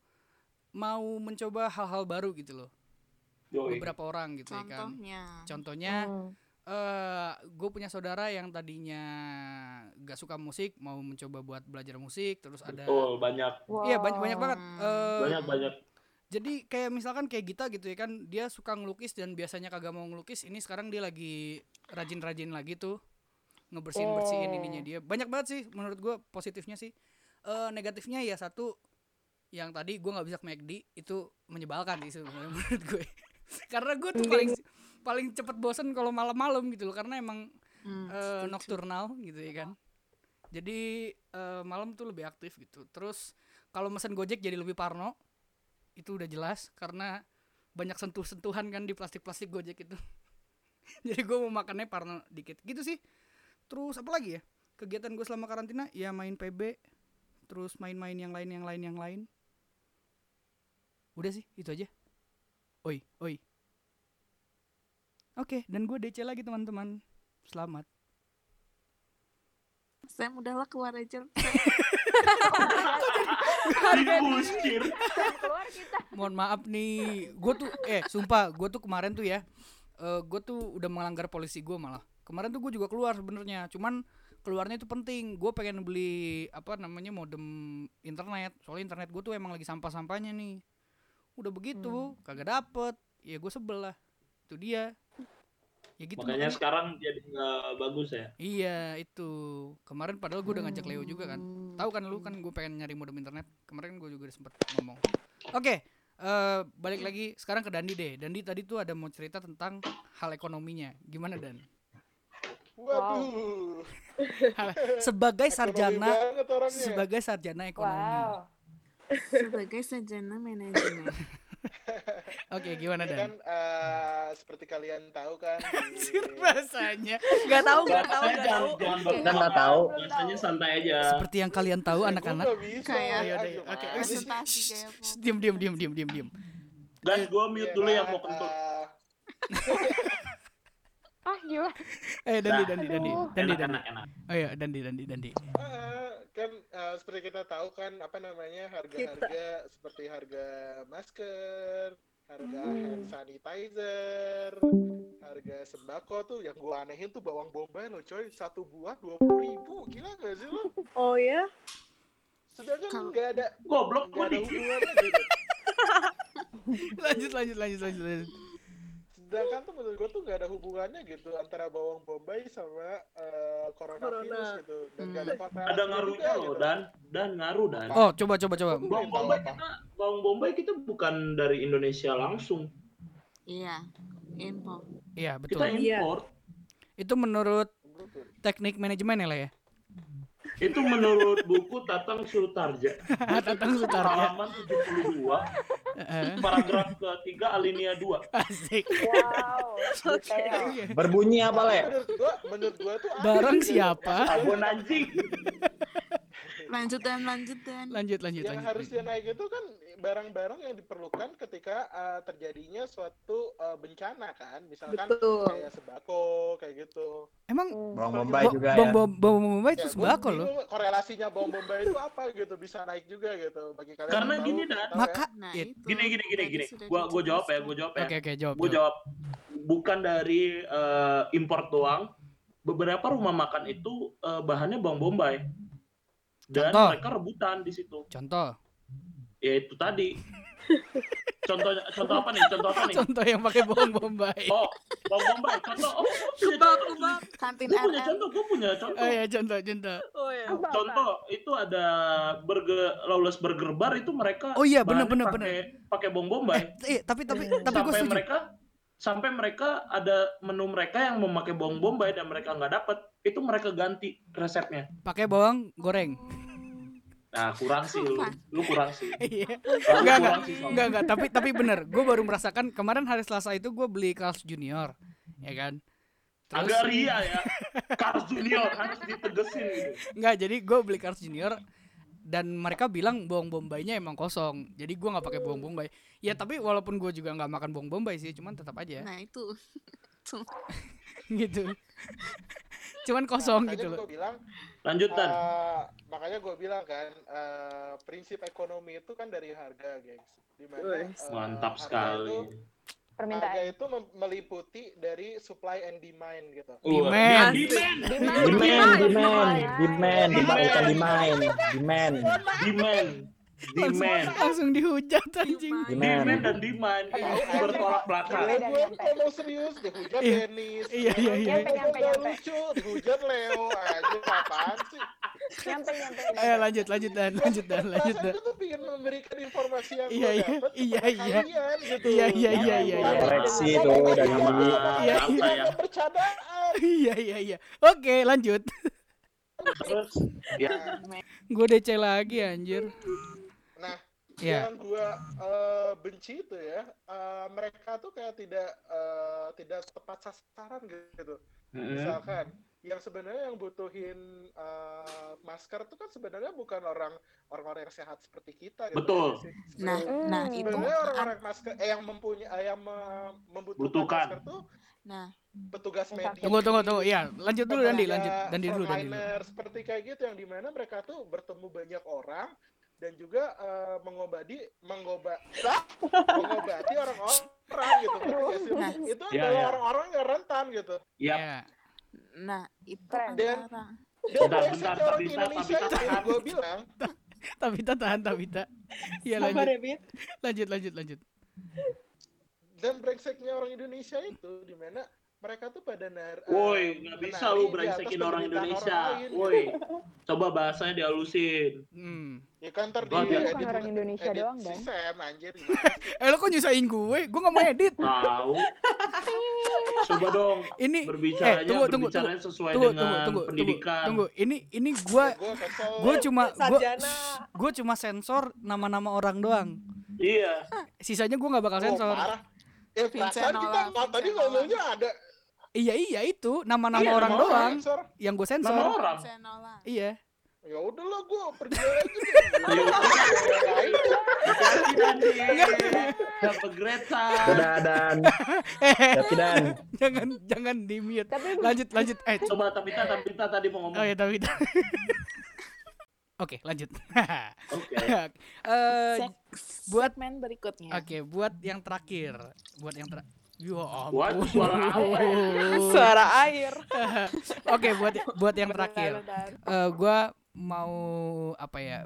S1: mau mencoba hal-hal baru gitu loh
S4: Yoi.
S1: beberapa orang gitu ya kan
S5: contohnya
S1: contohnya
S2: Hmm.
S1: eh gue punya saudara yang tadinya gak suka musik mau mencoba buat belajar musik terus ada
S4: betul banyak
S1: iya banyak banyak banget
S5: Hmm.
S1: Eh,
S4: banyak banyak
S1: jadi kayak misalkan kayak Gita gitu ya kan dia suka ngelukis dan biasanya kagak mau ngelukis ini sekarang dia lagi rajin-rajin lagi tuh ngebersihin bersihin
S2: Yeah.
S1: ininya dia banyak banget sih menurut gue positifnya sih Eh negatifnya ya satu yang tadi gue nggak bisa ke McD itu menyebalkan sih sebenarnya [LAUGHS] menurut gue karena gue tuh paling paling cepet bosen kalau malam-malam gitu loh karena emang eh,
S5: Hmm, setuju.
S1: nocturnal gitu ya kan. Jadi eh, malam tuh lebih aktif gitu. Terus kalau mesen Gojek jadi lebih parno. Itu udah jelas karena banyak sentuh-sentuhan kan di plastik-plastik Gojek itu. [LAUGHS] jadi gue mau makannya parno dikit. Gitu sih. Terus apa lagi ya? Kegiatan gue selama karantina ya main PB, terus main-main yang lain yang lain yang lain. Udah sih, itu aja. Oi, oi. Oke, dan gue DC lagi teman-teman. Selamat.
S5: Sam udahlah keluar aja
S4: diusir
S2: keluar kita.
S1: mohon maaf nih gue tuh eh sumpah gue tuh kemarin tuh ya eh gue tuh udah melanggar polisi gue malah kemarin tuh gue juga keluar sebenarnya cuman keluarnya itu penting gue pengen beli apa namanya modem internet soalnya internet gue tuh emang lagi sampah sampahnya nih udah begitu kagak dapet ya gue sebel lah itu dia ya gitu
S4: makanya
S1: makanya.
S4: sekarang jadi nggak bagus ya
S1: iya itu kemarin padahal gue udah ngajak Leo juga kan
S8: Hmm.
S1: tahu kan lu kan gue pengen nyari modem internet kemarin gue juga udah sempet ngomong oke eh, balik lagi sekarang ke Dandi deh Dandi tadi tuh ada mau cerita tentang hal ekonominya gimana Dan
S8: Waduh.
S1: sebagai Eh,
S8: ekonomi
S1: sarjana
S8: banget ya. orangnya.
S1: sebagai sarjana ekonomi
S2: Wow.
S5: sebagai sarjana manajemen
S1: [LAUGHS] Oke, gimana
S8: Ya
S1: Dan?
S8: kan eh, seperti kalian tahu kan
S1: Anjir
S8: di-
S1: bahasanya.
S9: Nggak tahu, nggak tahu,
S4: Bahasanya
S9: nggak
S4: jangan jangan
S9: tahu. Oke.
S4: berdebat.
S7: Kan Nggak tahu.
S4: Bahasanya santai aja.
S1: Seperti yang kalian tahu
S8: Ya, gua
S1: anak-anak.
S8: nggak bisa,
S4: Iya,
S5: Kayak-
S1: Ayo
S8: ah,
S1: deh.
S8: gimana
S1: [LAUGHS] Oke.
S8: sih?
S5: Presentasi
S1: Shh,
S5: kayak
S1: shh, Diam diam diam diam diam diam.
S4: Dan gue mute dulu
S8: Ya
S4: yang
S8: kan,
S4: mau kentut.
S8: eh,
S2: ah gila
S1: Eh Dandi
S4: Nah.
S1: Dandi Dandi.
S2: Aduh.
S1: Dandi
S4: Enak
S1: Dandi.
S4: enak enak.
S1: Ayo Dandi Dandi Dandi.
S8: eh, kan eh, seperti kita tahu kan apa namanya harga-harga seperti harga masker, harga
S4: Hmm.
S8: hand sanitizer, harga sembako tuh yang gua anehin tuh bawang bombay loh coy satu buah dua puluh ribu gila gak sih lo?
S9: Oh ya?
S8: Sedangkan
S5: Kalau-
S8: nggak ada
S4: Goblok
S8: nggak
S4: gue
S8: ada
S4: nih.
S8: hubungannya gitu.
S1: [LAUGHS] Lanjut lanjut lanjut lanjut. lanjut.
S8: Sedangkan tuh menurut gue tuh nggak ada hubungannya gitu antara bawang bombay sama eh, coronavirus
S9: Corona.
S8: gitu dan
S1: Hmm.
S8: nggak ada korelasinya
S4: Ada
S8: juga
S4: ngaruhnya loh
S8: gitu.
S4: dan dan ngaruh dan.
S1: Oh, coba coba coba.
S4: Bawang bombay kita bawang bombay kita bukan dari Indonesia langsung.
S5: Iya, info.
S1: Iya, betul.
S4: Kita
S9: Iya.
S4: import.
S1: Itu menurut
S8: Menurut gua.
S1: teknik manajemen ya lah [LAUGHS] ya. Iya.
S4: Itu menurut buku Tatang Sutarja.
S1: Tatang Sutarja.
S4: Halaman 72,
S1: Heeh.
S4: paragraf ketiga alinea 2.
S1: Asik.
S2: wow detail
S1: Iya.
S7: Berbunyi apa, Le?
S8: menurut gua menurut gua tuh aneh
S1: Barang
S8: gitu.
S1: siapa?
S4: Abon anjing.
S5: Lanjut dan lanjut dan.
S1: Lanjut lanjut
S8: yang
S1: lanjut.
S8: harusnya naik itu kan barang-barang yang diperlukan ketika eh, terjadinya suatu eh, bencana kan misalkan
S9: Betul.
S8: kayak sembako kayak gitu
S1: Emang
S2: Hmm.
S7: Bawang
S8: Kalau
S7: bombay
S1: Bo-
S7: juga
S1: bom,
S7: ya.
S1: bom, bom, bom, bom itu
S8: Ya, gua
S1: sembako loh.
S8: bingung korelasinya bawang bombay itu apa gitu bisa naik juga gitu bagi kalian
S4: Karena
S8: yang
S4: gini,
S8: tahu,
S4: Dan.
S8: tahu ya.
S1: Maka
S5: Nah,
S1: it-
S5: itu.
S4: Gini gini gini
S5: tadi
S4: gini.
S5: sudah
S4: Gua gua jawab ya, gua
S5: dijelaskan.
S4: jawab ya.
S1: oke oke jawab.
S4: Gue
S1: jawab.
S4: jawab bukan dari eh, import doang. Beberapa rumah makan itu eh, bahannya bawang bombay dan
S1: Contoh.
S4: mereka rebutan di situ.
S1: Contoh,
S4: Ya itu
S1: [LAUGHS]
S4: tadi. Contohnya contoh apa nih? Contoh apa nih?
S1: contoh yang pakai bawang bombay.
S4: Oh, bawang bombay. Contoh. Oh, gue punya
S9: Kebab,
S4: contoh.
S9: kebab.
S5: Kantin
S4: Gue punya
S5: RR.
S4: contoh. Gue punya
S1: Oh
S4: contoh.
S1: ya contoh contoh.
S9: Oh
S5: iya.
S9: ya.
S2: Apa-apa?
S4: Contoh itu ada burger Lawless Burger Bar itu mereka
S1: Oh iya, bener,
S4: bahannya
S1: bener,
S4: pakai pakai bawang bombay.
S1: Eh tapi tapi tapi gue
S4: sampai
S1: setuju.
S4: mereka sampai mereka ada menu mereka yang memakai bawang bombay dan mereka nggak dapat itu mereka ganti resepnya
S1: Pakai bawang goreng.
S4: nah kurang sih lu lu kurang sih
S1: Iya.
S4: Lu
S1: Enggak enggak
S4: kurang sih soalnya.
S1: enggak enggak. Tapi tapi bener. Gue baru merasakan kemarin hari Selasa itu gue beli Carl's Junior, ya kan.
S4: agak ria ya Carl Junior harus ditegesin gitu
S1: Nggak, jadi gue beli Cars Junior dan mereka bilang bawang bombaynya emang kosong. Jadi gua nggak pakai bawang bombay. Ya tapi walaupun gue juga nggak makan bawang bombay sih, cuman tetap aja
S5: Nah, itu.
S1: [LAUGHS] gitu. cuman
S8: Nah,
S1: kosong
S8: makanya
S1: gitu loh.
S8: gua bilang
S4: lanjutan
S8: Eh, makanya gue bilang kan eh, prinsip ekonomi itu kan dari harga, gengs. Dimana
S9: Wes.
S8: eh,
S4: mantap
S8: harga
S4: sekali
S8: itu harga
S2: permintaan
S8: itu mem- meliputi dari supply and demand gitu.
S4: Wah,
S1: Demand.
S4: demand
S7: Demand,
S2: Demand,
S7: demand,
S2: demand.
S7: demand, Dima-
S4: Demand.
S7: bukan demand, demand,
S4: demand
S1: Langsung,
S4: demand
S1: langsung dihujat anjing.
S5: Demand.
S7: demand.
S4: demand dan demand
S8: Tahu
S4: itu
S8: aja.
S4: bertolak belakang
S2: Demand.
S8: Gila
S2: dan
S8: gue
S2: nyampe.
S8: kalau serius dihujat
S1: Iya.
S8: Dennis.
S1: Iya, iya, iya.
S2: Nyampe,
S8: Ngomong
S2: nyampe,
S8: nggak
S2: nyampe.
S8: lucu, dihujat Leo. Aja apaan sih?
S2: nyampe nyampe
S1: Ayo
S2: nyampe
S1: Eh, lanjut lanjut dan
S8: Gua-
S1: lanjut dan lanjut
S8: Perasaan
S1: dan.
S8: gue tuh pengen memberikan informasi yang
S1: Iya,
S8: gue
S1: iya,
S8: dapat
S1: iya,
S8: kepada
S1: iya.
S8: kalian gitu.
S1: Iya iya iya iya iya.
S7: Koreksi
S2: Iya,
S7: itu
S4: Oh,
S2: iya,
S7: dari
S2: iya. ya?
S7: dulu.
S1: Iya,
S4: maaf
S1: iya.
S4: saya
S8: Jangan bercandaan.
S1: Iya iya iya. Oke, lanjut.
S4: terus ya
S1: Gue DC lagi anjir.
S8: Nah,
S1: Iya.
S8: yang gua eh, benci itu ya eh, mereka tuh kayak tidak eh, tidak tepat sasaran gitu
S4: Mm-mm.
S8: misalkan yang sebenarnya yang butuhin eh, masker tuh kan sebenarnya bukan orang orang-orang yang sehat seperti kita gitu
S4: Betul.
S8: ya, sih.
S5: Nah,
S8: Sebenarnya-
S5: nah
S2: Hmm.
S5: itu
S8: sebenarnya
S5: an-
S8: orang-orang masker eh, yang mempunyai eh, yang me- membutuhkan
S4: Butuhkan.
S8: masker tuh
S5: nah,
S8: petugas medis
S1: Tunggu tunggu tunggu. Iya, lanjut dulu Dandi,
S8: pekerja
S1: lanjut. Dandi dulu, Dandi dulu.
S8: frontliner, seperti kayak gitu yang dimana mereka tuh bertemu banyak orang dan juga eh, mengobati mengoba Lah? mengobati orang-orang gitu ngerti nggak sih?
S5: Nah.
S8: itu
S4: Ya,
S8: adalah
S4: ya.
S8: orang-orang yang rentan gitu
S4: Yap.
S1: Iya.
S5: nah itu
S2: Keren.
S8: Dan-
S5: antara
S8: dan
S4: Bentar,
S8: biasanya
S4: bentar,
S8: orang di
S4: Tabita,
S8: Indonesia
S4: Tabita,
S8: itu yang
S4: tahan.
S8: gue bilang
S1: Tabita tahan Tabita. Iya lanjut.
S9: ya,
S1: Lanjut lanjut lanjut.
S8: dan brengseknya orang Indonesia itu dimana mereka tuh pada nar eh,
S4: Woi, nggak bisa
S8: menari
S4: lu
S8: di
S4: brengsekin
S8: atas
S4: orang
S8: penderitaan
S4: Indonesia.
S8: orang lain, gitu.
S4: Woi, coba bahasanya dihalusin.
S1: Hmm.
S8: ya kan ntar di
S4: Oh, dia-
S2: itu bukan
S8: edit-
S2: orang Indonesia
S8: edit
S2: doang
S8: si
S2: dong
S8: Sam, anjir gimana sih?
S1: Eh lo kok nyusahin gue? Gue gak mau edit.
S4: Tahu. Coba dong
S1: Ini eh
S4: berbicaranya,
S1: tunggu tunggu tunggu.
S4: berbicaranya sesuai
S1: Tunggu
S4: dengan
S1: tunggu tunggu tunggu.
S4: pendidikan.
S1: Tunggu, ini ini
S8: ya
S1: gue
S8: gue kesel
S1: gue cuma gue
S9: Sarjana.
S1: gue cuma sensor nama-nama orang doang.
S4: Iya.
S1: Kan Sisanya gue nggak
S4: Oh,
S1: bakal sensor.
S8: parah. Eh, perasaan
S5: Vincent
S8: kita
S5: Nolan,
S8: nggak- tadi
S5: Vincent
S8: ngomongnya ada
S1: Iya iya itu nama-nama
S4: Iya,
S1: orang
S4: nama orang.
S1: doang
S8: sensor.
S1: yang gue
S4: Nama
S1: sensor.
S4: orang.
S5: Saya nolak.
S4: [LAUGHS]
S1: Iya. [LAUGHS]
S8: Ya udahlah gue pergi aja. [LAUGHS] deh. Orang lain.
S4: Hati-hati nanti. Dapat
S1: [LAUGHS]
S4: gretan.
S7: Udah dan tapi dan
S1: jangan jangan di mute.
S2: Tapi
S1: Lanjut lanjut. Eh, c-
S4: Coba Tapita, Tapita tadi
S1: oh
S4: mau ngomong.
S1: ya tapi. [LAUGHS] Oke [LAUGHS] lanjut.
S4: Oke.
S1: Eh, buat-
S5: segmen berikutnya.
S1: Oke buat yang terakhir, buat yang terakhir. Yo
S4: Buat
S1: ampun.
S4: suara
S1: iya. Oke [LAUGHS]
S5: Suara air.
S1: buat buat yang terakhir.
S5: Bentar, bentar.
S1: eh gua mau apa ya?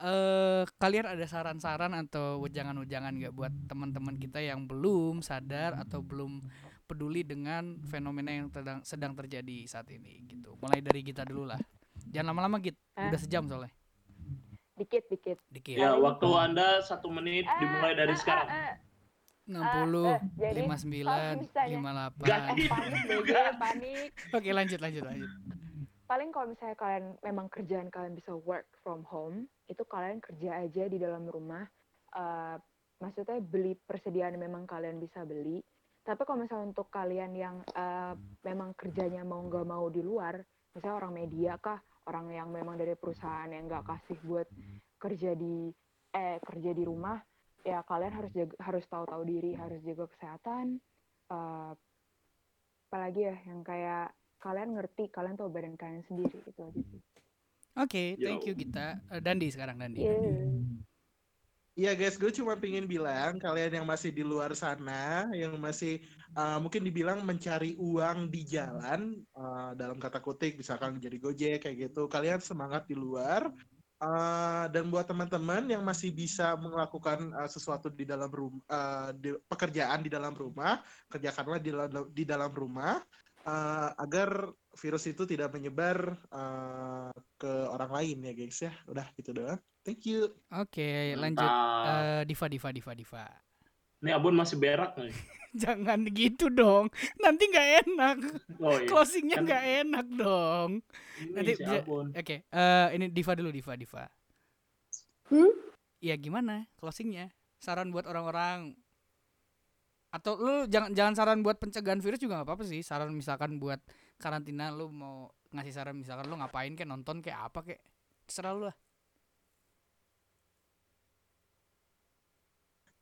S1: Eh kalian ada saran-saran atau wejangan-wejangan nggak buat teman-teman kita yang belum sadar atau belum peduli dengan fenomena yang sedang, sedang terjadi saat ini gitu. Mulai dari kita dulu lah. Jangan lama-lama git.
S2: Hah?
S1: Udah sejam soalnya.
S2: dikit dikit.
S1: Dikit.
S4: Ya, waktu Anda satu menit
S2: Ah,
S4: dimulai dari
S2: ah,
S4: sekarang.
S2: ah, ah. eh,
S1: 60,
S2: jadi,
S1: 59,
S2: misalnya-
S1: 58.
S2: Eh, panik BG, panik.
S1: Oke, lanjut lanjut lanjut.
S2: Paling kalau misalnya kalian memang kerjaan kalian bisa work from home, itu kalian kerja aja di dalam rumah. Eh, maksudnya beli persediaan yang memang kalian bisa beli. Tapi kalau misalnya untuk kalian yang eh, memang kerjanya mau nggak mau di luar, misalnya orang media kah, orang yang memang dari perusahaan yang nggak kasih buat kerja di eh kerja di rumah, ya kalian harus jaga- harus tahu-tahu diri, harus jaga kesehatan. Eh, apalagi ya yang kayak kalian ngerti, kalian tahu badan kalian sendiri gitu. itu aja sih.
S1: Oke,
S4: Yo.
S1: thank you kita. Eh, Dandi sekarang Dandi.
S2: iya.
S8: Iya guys, gue cuma pingin bilang kalian yang masih di luar sana, yang masih uh, mungkin dibilang mencari uang di jalan uh, dalam kata kutip, misalkan jadi gojek kayak gitu, kalian semangat di luar. Uh, dan buat teman-teman yang masih bisa melakukan uh, sesuatu di dalam rumah, pekerjaan di dalam rumah, kerjakanlah di, dalam- di dalam rumah uh, agar virus itu tidak menyebar uh, ke orang lain ya guys ya. Udah gitu doang. Thank you.
S1: Oke, lanjut.
S4: Mantap.
S1: Eh, Diva Diva Diva Diva. [LAUGHS]
S4: Ini abon masih berak nih.
S1: Jangan gitu dong. Nanti nggak enak.
S4: Oh iya.
S1: Closingnya
S4: Kan-
S1: nggak enak dong.
S4: Ini
S1: nanti
S4: si
S1: bisa-
S4: abon.
S1: Oke, eh ini Diva dulu Diva Diva.
S9: Hmm?
S1: Ya gimana closingnya? Saran buat orang-orang atau lu jangan jangan saran buat pencegahan virus juga nggak apa-apa sih. Saran misalkan buat karantina lu mau ngasih saran misalkan lu ngapain kayak nonton kayak apa kayak terserah lu lah.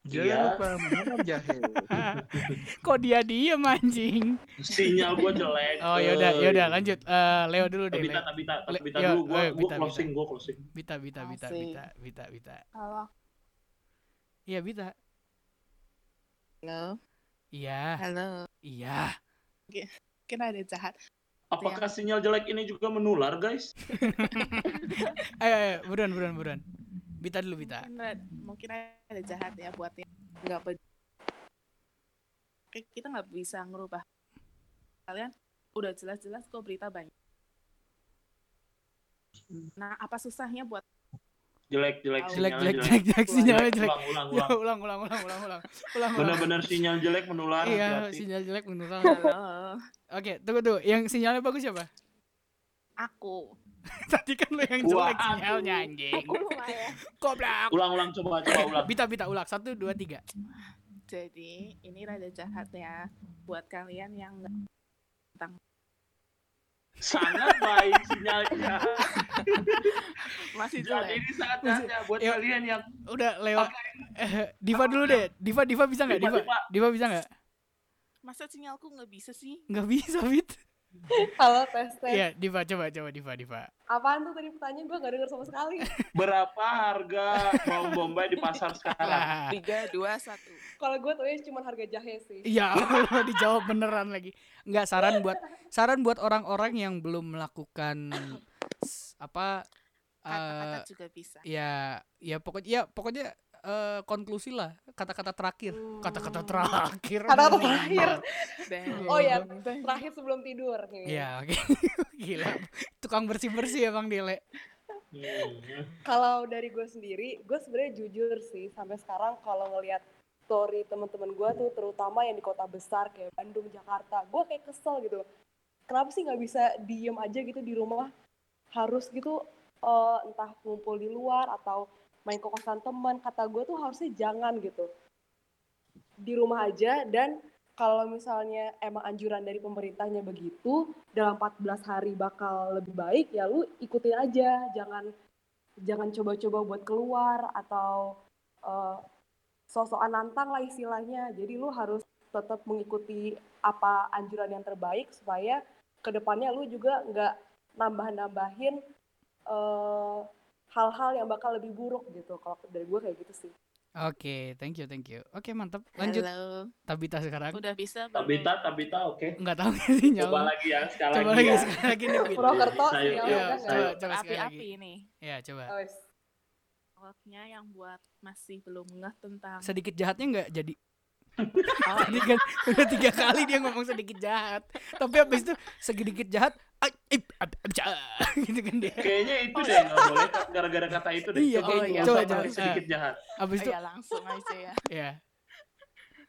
S8: Jangan
S4: Iya.
S8: lupa minum jahe.
S1: Kok dia diem anjing?
S4: Sinyal gua jelek.
S1: Oh yaudah yaudah
S5: iya.
S4: Eh.
S1: lanjut. Eh Leo dulu deh.
S4: Tabita,
S1: Leo.
S4: Tabita,
S1: Le- ya, eh,
S4: Tabita
S1: yo,
S4: dulu. Gua,
S1: ayo,
S4: gua
S1: Bita,
S4: closing,
S1: Bita.
S4: gua closing.
S1: Bita Bita Bita
S5: Asik.
S1: Bita Bita Bita.
S5: Halo.
S1: Iya Bita.
S5: Halo.
S1: Iya.
S5: Halo.
S1: Iya.
S5: Mungkin ada yang jahat.
S4: Apakah sinyal jelek ini juga menular, guys?
S1: Ayo ayo buruan buruan buruan. Bita dulu Bita.
S5: Mungkin ada, mungkin ada jahat ya buat yang nggak
S1: Iya.
S5: peduli. Kayak Kita nggak bisa ngerubah. Kalian udah jelas-jelas kok berita banyak. Nah, apa susahnya buat
S4: Jelek, jelek,
S1: jelek
S5: Jelek,
S4: sinyal
S1: jelek jelek jelek sinyalnya jelek
S4: Ulang, ulang,
S1: ya
S4: ulang.
S1: ulang ulang ulang ulang ulang ulang ulang
S4: Benar-benar sinyal jelek menular.
S1: iya
S4: hati-hati.
S1: sinyal jelek menular
S5: Halo,
S1: oke tunggu tunggu yang sinyalnya bagus siapa [LAUGHS]
S5: aku
S1: tadi kan lo yang
S4: Wah,
S1: jelek sinyalnya anjing
S2: lumayan.
S1: goblok
S4: Ulang, ulang, coba, coba ulang.
S1: bita bita ulang satu dua tiga
S5: jadi ini rada jahat ya
S1: Hmm.
S5: buat kalian yang nggak
S4: Sangat baik
S1: [LAUGHS]
S4: sinyalnya.
S5: masih
S4: Jadi
S5: jelek.
S4: ini saatnya buat
S1: Yuk.
S4: kalian yang
S1: udah lewat Eh, diva dulu deh diva diva bisa nggak
S4: Diva,
S1: diva
S4: Diva.
S1: diva bisa nggak
S5: Masa sinyalku nggak bisa sih?
S1: nggak bisa bit
S9: Halo tes tes.
S1: iya diva coba coba diva diva
S9: Apaan tuh tadi pertanyaan gue gak denger sama
S1: [LAUGHS]
S9: sekali.
S4: berapa harga bawang bombay di pasar sekarang?
S1: Lah.
S5: Tiga, dua, satu.
S9: Kalau gue tuh cuma harga jahe sih.
S1: Ya Allah dijawab beneran lagi. Enggak saran buat saran buat orang-orang yang belum melakukan s- apa
S5: Kata-kata
S1: eh,
S5: juga bisa.
S1: ya ya pokoknya ya pokoknya eh, konklusi lah kata-kata terakhir. Hmm. Kata-kata terakhir.
S9: Kata-kata terakhir.
S1: Iya,
S5: Dan
S9: Oh ya, terakhir sebelum tidur nih.
S1: Ya, oke. [LAUGHS] Gila. Tukang bersih-bersih ya, emang Dile.
S4: Hmm.
S9: Kalau dari gue sendiri, gue sebenarnya jujur sih sampai sekarang kalau ngelihat story teman-teman gue tuh terutama yang di kota besar kayak Bandung, Jakarta, gue kayak kesel gitu. Kenapa sih nggak bisa diem aja gitu di rumah? Harus gitu eh, entah ngumpul di luar atau main ke kosan teman kata gue tuh harusnya jangan gitu di rumah aja dan kalau misalnya emang anjuran dari pemerintahnya begitu dalam 14 hari bakal lebih baik ya lu ikutin aja jangan jangan coba-coba buat keluar atau eh, sosokan nantang lah istilahnya jadi lu harus tetap mengikuti apa anjuran yang terbaik supaya kedepannya lu juga nggak nambah-nambahin eh, hal-hal yang bakal lebih buruk gitu kalau dari gue kayak gitu sih
S1: Oke, thank you, thank you. Oke, mantap. Lanjut
S5: Halo.
S1: Tabita sekarang.
S5: Udah bisa belum?
S4: Tabita, Tabita, oke.
S1: Enggak tahu [LAUGHS] sih
S4: Coba
S1: nyawa.
S4: lagi ya, sekali
S1: Coba
S4: lagi
S1: lagi [LAUGHS]
S4: ya.
S1: sekali lagi nih. Pit.
S9: Purwokerto
S4: Saya-
S9: sinyal
S4: iya,
S1: Coba
S9: udah nggak
S4: saya-
S1: coba sekali lagi.
S5: Api-api ini.
S1: Ya, coba.
S9: Oh, wes.
S5: Awalnya yang buat masih belum ngeh tentang
S9: Eh.
S1: Sedikit jahatnya enggak [LAUGHS] jadi.
S5: Oh,
S1: Tadi kan udah tiga kali dia ngomong sedikit jahat. Tapi habis itu sedikit jahat ai- ip, ab- ab- ja- [LAUGHS] gitu kan dia.
S4: Kayaknya itu deh nggak boleh [LAUGHS] gara-gara kata itu deh.
S1: Iya,
S4: Coba
S1: kayak- coba,
S4: ulang sama
S1: coba.
S4: harus sedikit jahat.
S1: Habis itu
S5: ya langsung aja ya.
S1: ya.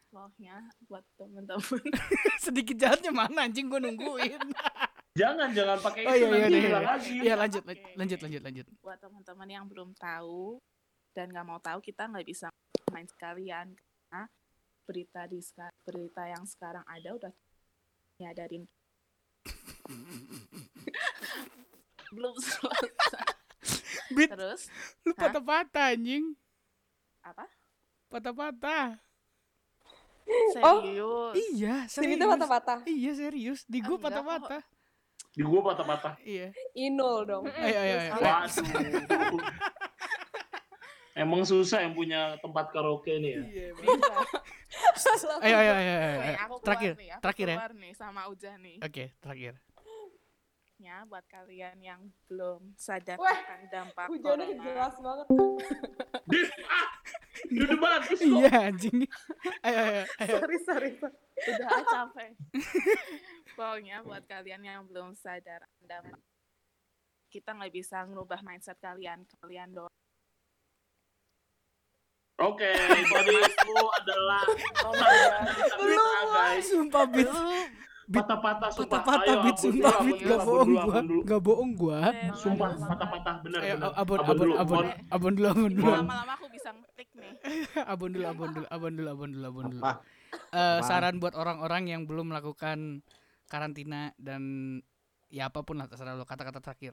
S5: Pokoknya buat temen-temen
S1: Kan Sedikit jahatnya mana anjing gua nungguin.
S4: Jangan jangan pakai
S1: Oh
S4: itu
S1: iya iya iya.
S4: nanti
S1: iya.
S4: hilang lagi.
S1: [LAUGHS] Iya, lanjut
S5: Oke.
S1: lanjut lanjut lanjut.
S5: buat teman-teman yang belum tahu dan nggak mau tahu kita nggak bisa main sekalian karena berita di seka- berita yang sekarang ada udah
S1: [LAUGHS]
S5: nyadarin belum selesai
S1: Bit,
S5: terus
S1: lu
S5: Hah?
S1: patah-patah anjing.
S5: Apa?
S1: Patah-patah.
S9: Oh,
S5: serius
S1: Iya,
S9: Sini
S1: serius.
S9: tuh patah-patah.
S1: Iya, serius. Di gua
S5: Enggak kok.
S1: patah-patah.
S4: Di gua patah-patah.
S1: Iya.
S9: Inul dong.
S1: Ayo ayo ayo.
S4: Waduh. Emang susah yang punya tempat karaoke nih ya.
S1: Iya, Bang.
S5: Iya.
S1: Ayo ayo ayo. ayo,
S5: Nih,
S1: ayo.
S5: aku keluar
S1: Eh, Terakhir.
S5: nih, aku
S1: Terakhir ya.
S5: keluar nih sama Uja nih.
S1: Oke, terakhir.
S5: Ya, buat kalian yang belum sadar
S9: Wah,
S5: akan dampak
S9: Hujannya
S5: corona.
S9: jelas banget.
S4: Duduk bagus kok.
S1: [LAUGHS] Iya, anjing. Ayo ayo ayo.
S9: Sorry, sorry. sorry.
S5: Udah ah, capek. [LAUGHS] Pokoknya buat kalian yang belum sadar akan dampak kita nggak bisa ngerubah mindset kalian kalian doang
S4: Oke, tadi itu adalah
S1: Belum,
S4: Tabita guys.
S1: Sumpah bit. Bit-
S4: Patah-patah sumpah.
S1: Patah-patah
S4: Ayo,
S1: bit
S4: ampun
S1: sumpah
S4: dulu,
S1: bit
S4: ampun
S1: gak
S4: dulu,
S1: bohong gua.
S4: ampun dulu, ampun dulu.
S1: Gak bohong gua.
S5: Serius,
S4: Sumpah
S5: lama-lama.
S4: patah-patah bener
S1: Ayo Eh,
S4: bener.
S1: abon
S4: Abon
S1: abon
S4: dulu,
S1: abon
S4: Bon.
S1: abon dulu abon
S5: ini
S1: dulu.
S5: lama-lama aku bisa ngetik nih
S1: Abon dulu abon dulu abon dulu abon dulu abon dulu.
S3: Apa?
S1: Eh,
S3: Apaan?
S1: saran buat orang-orang yang belum melakukan karantina dan ya apapun lah terserah lo kata-kata terakhir.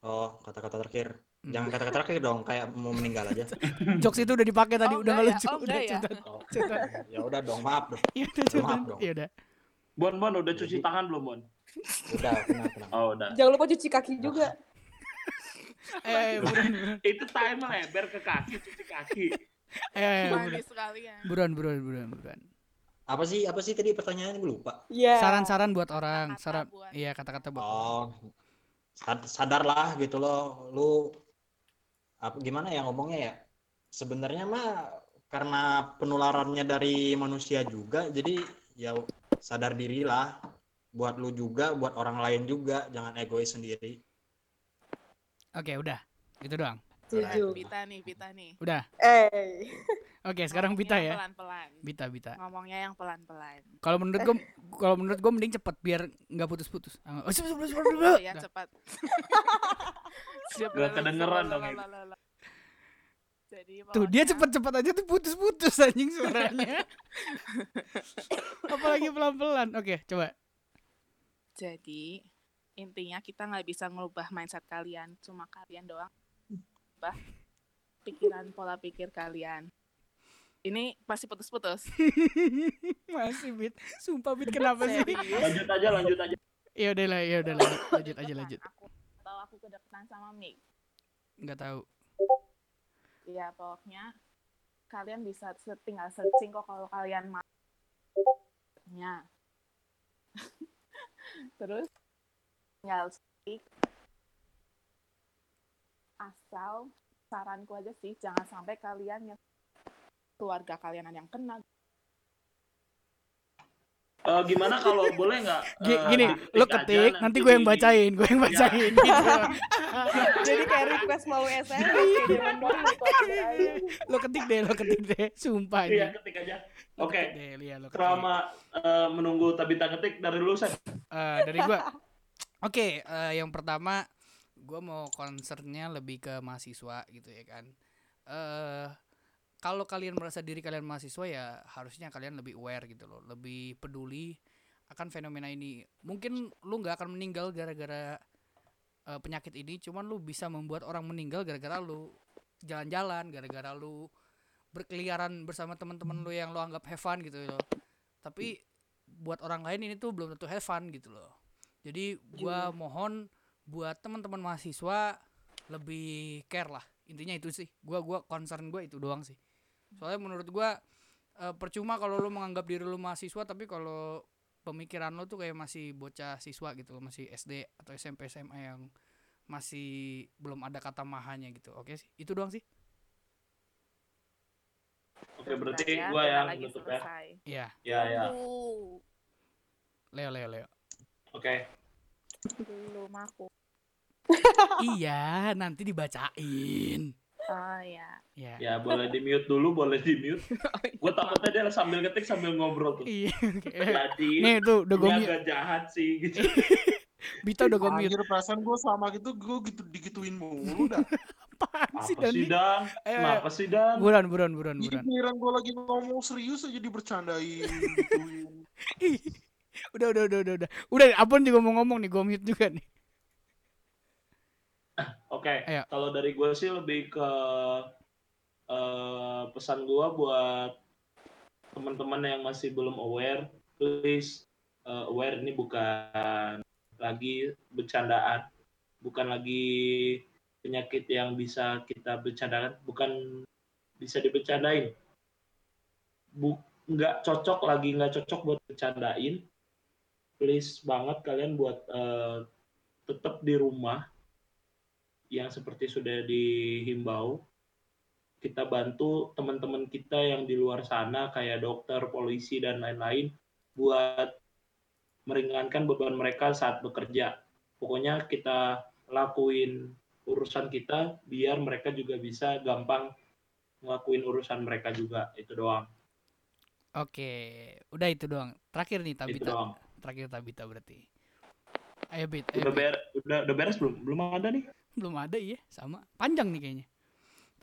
S7: Oh, kata-kata terakhir.
S1: Hmm.
S7: Jangan kata-kata terakhir dong, kayak mau meninggal aja.
S1: Jokes itu udah dipakai [LAUGHS] tadi
S5: Oh,
S1: udah
S5: enggak
S1: nggak
S5: ya?
S1: lucu
S5: Oh,
S1: udah
S5: enggak ya?
S1: cetan.
S7: Oh,
S1: Cetan.
S7: ya udah dong, maaf dong.
S1: Iya udah
S7: [LAUGHS] Maaf
S1: cetan.
S7: dong.
S1: [LAUGHS] Iya udah.
S4: Bon, Bon udah cuci
S7: Jadi-
S4: tangan belum, Bon?
S7: Udah, tenang, tenang.
S4: Oh, udah.
S9: Jangan lupa cuci kaki juga.
S1: Eh, buruan, buruan.
S4: Itu time lebar ke kaki, cuci kaki.
S1: Eh, eh, buruan.
S5: manis sekalian
S1: buruan, buruan, buruan, buruan.
S7: Apa sih apa sih tadi pertanyaannya gue lupa.
S9: Iya.
S1: Saran-saran buat orang,
S5: Kata-kata
S1: saran,
S5: buat-
S1: iya kata-kata buat. orang.
S7: Eh. Oh, sad- sadarlah gitu loh, lu apa gimana ya ngomongnya ya? Sebenarnya mah karena penularannya dari manusia juga, jadi ya sadar dirilah buat lu juga, buat orang lain juga, jangan egois sendiri.
S1: Oke, udah. Itu doang.
S9: Setuju.
S7: Nah,
S5: Bita nih Bita nih
S1: Udah.
S9: Eh.
S1: Oke, sekarang
S5: Ngomongnya
S1: Bita ya.
S5: pelan-pelan
S1: Bita, Bita.
S5: ngomongnya yang pelan-pelan
S1: Kalau menurut gue,
S5: [LAUGHS]
S1: kalau menurut gue mending cepet biar nggak putus-putus. Ah, Oh, sebelum
S5: Oh ya cepat. Siap,
S4: Nggak
S5: lalu,
S4: kedengeran
S5: lalu,
S4: dong,
S5: lalu,
S4: Ibu.
S5: lalu, lalu. Jadi
S1: Tuh dia
S5: pokoknya
S1: cepet-cepet aja tuh putus-putus anjing suaranya. Apalagi pelan-pelan. Oke, coba.
S5: Jadi intinya kita nggak bisa ngelubah mindset kalian, cuma kalian doang ubah pikiran pola pikir kalian. Ini pasti putus-putus.
S1: Masih Bit. Sumpah Bit kenapa sih?
S5: Serius.
S4: Lanjut aja, lanjut aja.
S1: Ya udah lah, ya udah lanjut, lanjut aja lanjut.
S5: Aku tahu aku kedekatan sama Mik.
S1: Nggak tahu.
S5: Ya pokoknya kalian bisa se- tinggal searching kok kalau kalian mau. Ya. [LAUGHS] Terus tinggal searching. Asal saranku aja sih jangan sampai kalian yang keluarga kalian ada yang kena.
S4: Eh, gimana kalau boleh nggak?
S1: Gi-
S4: eh,
S1: gini,
S4: diketik
S1: lo
S4: aja,
S1: ketik, Ah, nanti gue yang
S4: di-
S1: bacain, gue yang bacain. gitu.
S9: Jadi kayak request mau SMS kayak zaman dulu tuh.
S1: lo ketik deh, lo ketik deh, sumpah
S4: Iya,
S1: aja.
S4: ketik aja.
S1: Lo
S4: Oke,
S1: ketik deh, Lia, lo ketik.
S4: selama eh, menunggu Tabita ketik dari lu, Sen.
S1: Eh, dari gua. Oke, eh, yang pertama gue mau concernnya lebih ke mahasiswa gitu ya kan eh kalau kalian merasa diri kalian mahasiswa ya harusnya kalian lebih aware gitu loh lebih peduli akan fenomena ini mungkin lu nggak akan meninggal gara-gara eh, penyakit ini cuman lu bisa membuat orang meninggal gara-gara lu jalan-jalan gara-gara lu berkeliaran bersama teman-teman lu yang lu anggap have fun gitu loh tapi buat orang lain ini tuh belum tentu have fun gitu loh jadi gua mohon buat teman-teman mahasiswa lebih care lah intinya itu sih gua gua concern gua itu doang sih soalnya menurut gua eh, percuma kalau lu menganggap diri lu mahasiswa tapi kalau pemikiran lu tuh kayak masih bocah siswa gitu loh masih SD atau SMP SMA yang masih belum ada kata mahanya gitu oke sih itu doang sih
S4: Oke, Ya, berarti
S5: Sebenarnya
S4: gua
S5: bentar
S4: yang
S5: ya, lagi
S4: nutup ya.
S5: selesai.
S1: Iya
S4: Ya, ya.
S5: Uh,
S1: Leo Leo Leo
S4: Oke.
S5: belum aku.
S1: iya nanti dibacain
S5: Oh ya.
S1: ya
S4: Ya, boleh di-mute dulu, boleh
S1: [LAUGHS]
S4: di-mute. Gue takutnya dia sambil ngetik sambil ngobrol tuh.
S1: iya oke.
S4: Jadi,
S1: nih tuh udah gue
S4: dia
S1: mute. Iya
S4: agak jahat sih gitu.
S1: Bita udah gue mute
S8: Anjir perasaan gue sama gitu gue gitu digituin mulu
S1: [LAUGHS]
S8: dah.
S1: apaan
S4: Apa
S1: sih Dan
S4: sih, Dan?
S1: Ayo, ayo.
S4: Kenapa sih, Dan?
S1: buruan buruan buruan
S8: Jadi
S1: buruan [LAUGHS]
S8: giliran gue lagi ngomong serius aja dibercandain gituin.
S1: Ih, udah udah udah udah udah udah Abon juga mau ngomong nih gue mute juga nih
S4: Oke,
S1: Ayo.
S4: kalau dari gue sih lebih ke eh, pesan gue buat teman-teman yang masih belum aware, please eh, aware ini bukan lagi bercandaan, bukan lagi penyakit yang bisa kita bercandakan, bukan bisa dibercandain. Bu, nggak cocok lagi nggak cocok buat bercandain. Please banget kalian buat eh, tetap di rumah yang seperti sudah dihimbau kita bantu teman-teman kita yang di luar sana kayak dokter, polisi dan lain-lain buat meringankan beban mereka saat bekerja. Pokoknya kita lakuin urusan kita biar mereka juga bisa gampang ngelakuin urusan mereka juga. Itu doang.
S1: oke udah itu doang terakhir nih
S4: Itu
S1: Tabita
S4: doang.
S1: terakhir Tabita berarti ayo Bit ayo,
S4: Udah
S1: Bit.
S4: beres, udah, udah beres belum? Belum ada nih.
S1: belum ada iya sama panjang nih kayaknya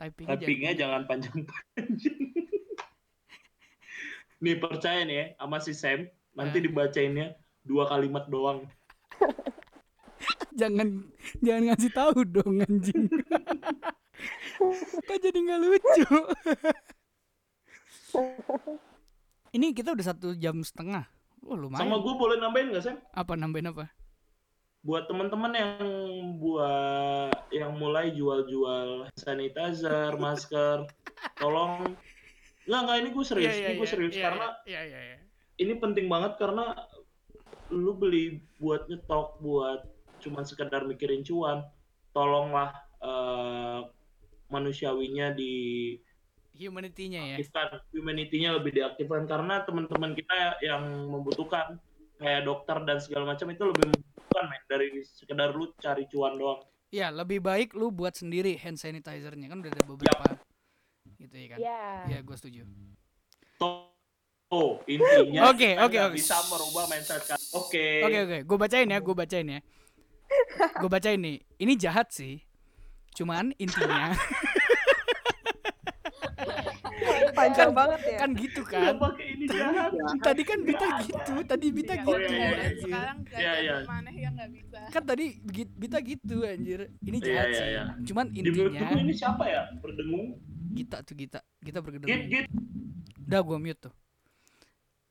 S1: typingnya jadi
S4: Tappingnya
S1: panjang.
S4: jangan
S1: [LAUGHS]
S4: panjang-panjang. nih percaya nih ya sama si Sam nanti
S1: Eh.
S4: dibacainnya dua kalimat doang.
S1: [LAUGHS] jangan jangan ngasih tahu dong anjing [LAUGHS] kok jadi nggak lucu [LAUGHS] ini kita udah satu jam setengah wah
S4: Sama
S1: lumayan
S4: gue boleh nambahin nggak Sam?
S1: apa nambahin apa
S4: Buat teman-teman yang buat yang mulai jual-jual sanitizer, masker, tolong nggak nggak ini gue serius, ini gue serius karena
S1: iya iya iya
S4: ini penting banget karena lu beli buat nyetok buat cuma sekedar mikirin cuan, tolonglah eh, manusiawinya di
S1: humanity-nya ya
S4: aktifkan humanity-nya lebih diaktifkan karena teman-teman kita yang membutuhkan kayak dokter dan segala macam itu lebih membutuhkan men dari sekedar lu cari cuan doang.
S1: iya lebih baik lu buat sendiri hand sanitizer-nya kan udah ada beberapa gitu ya kan
S2: Ya.
S1: Iya, gue setuju.
S4: Tuh, tuh, intinya
S1: Oke,
S4: kita
S1: oke,
S4: nggak
S1: oke.
S4: bisa merubah mindset kan. Oke.
S1: Oke oke, gue bacain ya, gue bacain ya. Gue bacain nih. Ini jahat sih. Cuman
S4: [LAUGHS]
S1: intinya
S2: Panjang
S1: Kan-
S2: banget ya.
S1: kan gitu kan.
S4: Kenapa kayak ini jahat?
S1: Tadi kan Bita gitu, tadi Bita
S5: Iya,
S1: gitu.
S4: Oh, iya, iya.
S1: anjir.
S5: Sekarang
S4: Iya,
S5: gantian
S4: iya.
S5: maneh yang nggak bisa.
S1: Kan tadi gi- Bita gitu anjir. Ini
S4: Iya,
S1: jahat
S4: iya,
S1: sih.
S4: iya.
S1: Cuman
S4: Di menurut
S1: intinya
S4: gue ini siapa ya? Berdengung.
S1: Gita tuh Gita, Gita
S4: Git
S1: bergedung.
S4: git.
S1: Udah gue mute tuh.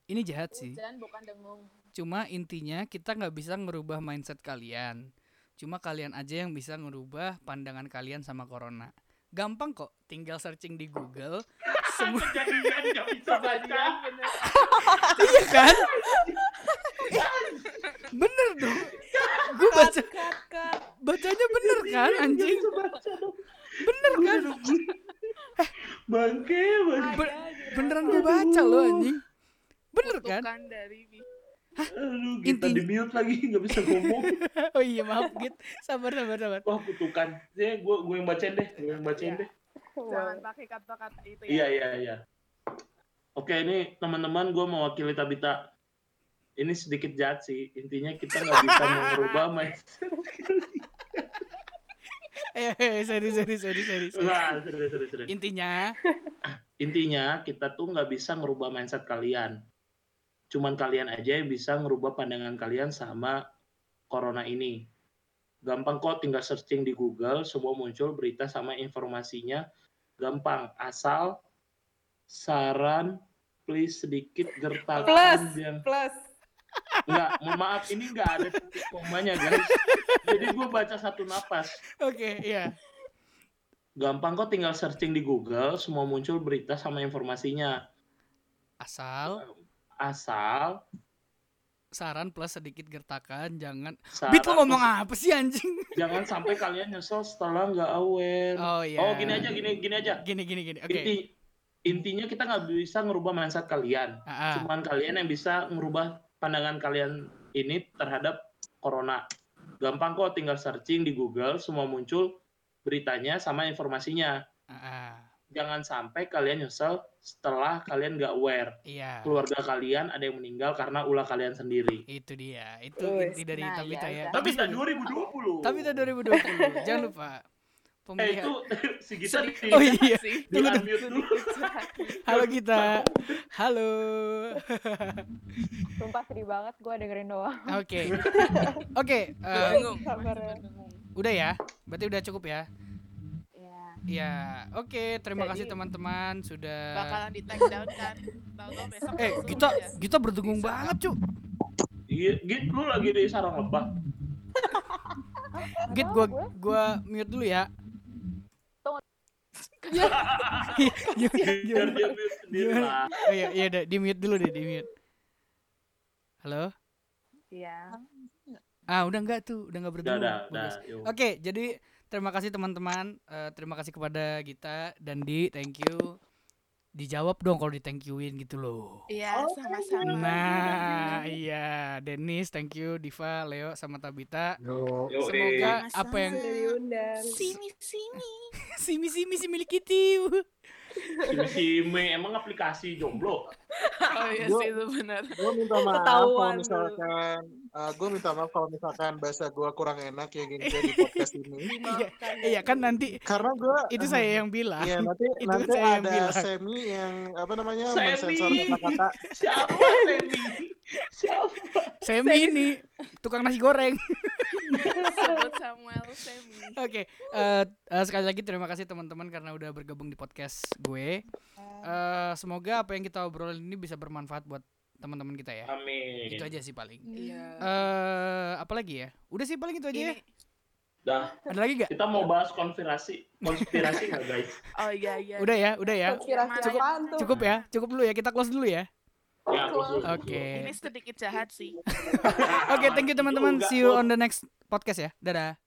S1: Ini jahat sih.
S5: Hujan bukan dengung.
S1: Cuma intinya kita nggak bisa ngerubah mindset kalian. Cuma kalian aja yang bisa ngerubah pandangan kalian sama corona. Gampang kok, tinggal searching di Google. Semua
S4: Kejadian nggak bisa baca.
S1: kan, iya kan? bener dong. Gue baca bacanya bener
S4: Iya,
S1: kan anjing? Bener kan? Eh.
S4: Bangke, bangke.
S5: Ya,
S1: Be-
S5: gitu.
S1: beneran gue baca loh anjing.
S10: Gitu
S1: Bener kan?
S5: Kutukan dari bi-
S4: Aduh,
S1: Intinya-
S4: kita di mute lagi nggak bisa ngomong.
S1: Oh iya maaf Git. Sabar sabar sabar.
S4: Wah kutukan. Ya, gue gue yang bacain deh, gue yang bacain deh.
S5: Jangan pakai kata-kata itu
S4: Iya
S5: ya.
S4: iya iya. Oke ini teman-teman gue mewakili Tabita. Ini
S1: [LAUGHS]
S4: sedikit jahat sih. Intinya kita nggak bisa mengubah mindset.
S1: Eh, eh, sorry, sorry, sorry, sorry. sorry.
S4: Enggak, serius, serius, serius.
S1: Intinya,
S4: Intinya kita tuh nggak bisa ngerubah mindset kalian. Cuman kalian aja yang bisa ngerubah pandangan kalian sama corona ini. Gampang kok tinggal searching di Google, semua muncul berita sama informasinya. Gampang, asal saran please sedikit
S10: Plus.
S4: gertakan yang
S10: Plus.
S4: Enggak, mohon maaf ini enggak ada titik komanya guys. Jadi gue baca satu napas.
S1: oke, iya.
S4: Gampang kok tinggal searching di Google, semua muncul berita sama informasinya.
S1: Asal
S4: Asal
S1: saran plus sedikit gertakan, jangan.
S4: saran
S1: Bit lo ngomong
S4: tuh
S1: apa sih anjing?
S4: jangan sampai kalian nyesel setelah nggak aware.
S1: Oh iya.
S4: Oh gini aja, gini gini aja.
S1: Gini gini gini. Oke.
S4: Inti, intinya kita nggak bisa ngerubah mindset kalian.
S1: Ah, ah.
S4: Cuman kalian yang bisa ngerubah pandangan kalian ini terhadap corona. Gampang kok tinggal searching di Google, semua muncul beritanya sama informasinya.
S1: ah, ah.
S4: Jangan sampai kalian nyesel setelah kalian nggak aware.
S1: Iya.
S4: Keluarga kalian ada yang meninggal karena ulah kalian sendiri.
S1: Itu dia. Itu
S10: Wes,
S1: inti dari
S5: nah,
S1: Tabita ya.
S5: ya udah.
S4: Tapi tahun 2020.
S1: Tapi tahun 2020. Jangan lupa.
S4: Eh
S1: Pemilihan.
S4: itu [LAUGHS] si Gita di,
S1: Oh iya. [LAUGHS]
S10: Sih.
S4: di unmute dulu.
S1: Halo kita. Halo.
S2: Sumpah sedih banget gue dengerin doang.
S1: Oke. Oke, eh,
S10: Bingung.
S9: Sabar ya.
S1: udah ya. Berarti udah cukup ya.
S5: ya
S1: Iya. Oke,
S10: Jadi-
S1: terima kasih teman-teman sudah
S10: Bakalan di take down kan. Tahu-tahu besok. langsung
S1: Eh,
S10: ya.
S1: kita
S10: aja.
S1: kita berdengung banget, Cuk.
S4: Iya, Git, lu lagi di sarang lebah.
S1: Git gua gua mute dulu ya.
S2: Tunggu.
S1: Gimana,
S4: Biar
S1: Iya, gimana?
S4: dia mute sendiri
S1: Gimana?
S4: lah.
S1: [LAUGHS] Oh iya, iya udah, di mute dulu deh, di mute. Halo?
S9: Iya.
S5: ya
S1: Ah, udah enggak tuh, udah enggak
S4: Udah,
S1: berdengung.
S4: udah, udah.
S1: Bagus.
S4: yuk.
S1: Oke, jadi terima kasih teman-teman. Eh, terima kasih kepada Gita dan Di, thank you. Dijawab dong kalau di thank you-in gitu loh.
S10: Iya,
S9: Oh,
S10: sama-sama.
S1: Nah, iya, Dennis, thank you, Diva, Leo, sama Tabita.
S3: Yo.
S4: Yuk, eh.
S1: Semoga
S10: Sama-sama.
S1: apa yang
S9: Sudah diundang.
S10: Sini sini.
S1: [LAUGHS] simi simi si milik kita.
S4: Simi-simi, emang aplikasi jomblo?
S10: [LAUGHS] Oh iya
S8: Gua-
S10: sih itu
S9: [LAUGHS]
S10: benar.
S8: gue minta maaf kalau
S9: Ketahuan lu.
S8: misalkan gue minta maaf kalau misalkan bahasa gue kurang enak ya geng di podcast ini
S1: Iya, iya kan nanti
S8: karena gue
S1: itu saya yang bilang.
S8: Iya nanti
S1: Itu kan
S8: nanti
S1: saya yang
S8: ada
S1: bilang.
S8: semi yang apa namanya
S4: Semi.
S8: mensensor kata-kata.
S4: Siapa
S1: [LAUGHS]
S4: Semi? Siapa?
S1: Semi ini tukang nasi goreng.
S10: Sebut Samuel Semi.
S1: Oke, eh, eh, sekali lagi terima kasih teman-teman karena udah bergabung di podcast gue. Eh, semoga apa yang kita obrolin ini bisa bermanfaat buat teman-teman kita ya.
S4: Amin.
S1: Itu aja sih paling. Eh,
S10: Iya.
S1: apalagi ya? Udah sih paling itu aja.
S10: Ini
S1: ya.
S4: Dah,
S1: Ada lagi gak?
S4: kita mau bahas konspirasi. Konspirasi nggak guys?
S10: oh iya iya.
S1: Udah ya, udah ya.
S9: Konspirasi
S10: Cukup.
S9: apaan tuh?
S1: Cukup ya, cukup dulu ya. Kita close dulu ya.
S4: Ya, close dulu, close dulu.
S1: Oke.
S10: Ini sedikit jahat sih.
S4: Ah,
S1: Oke, thank you teman-teman.
S4: Juga,
S1: See you
S4: lu.
S1: on the next podcast ya. Dadah.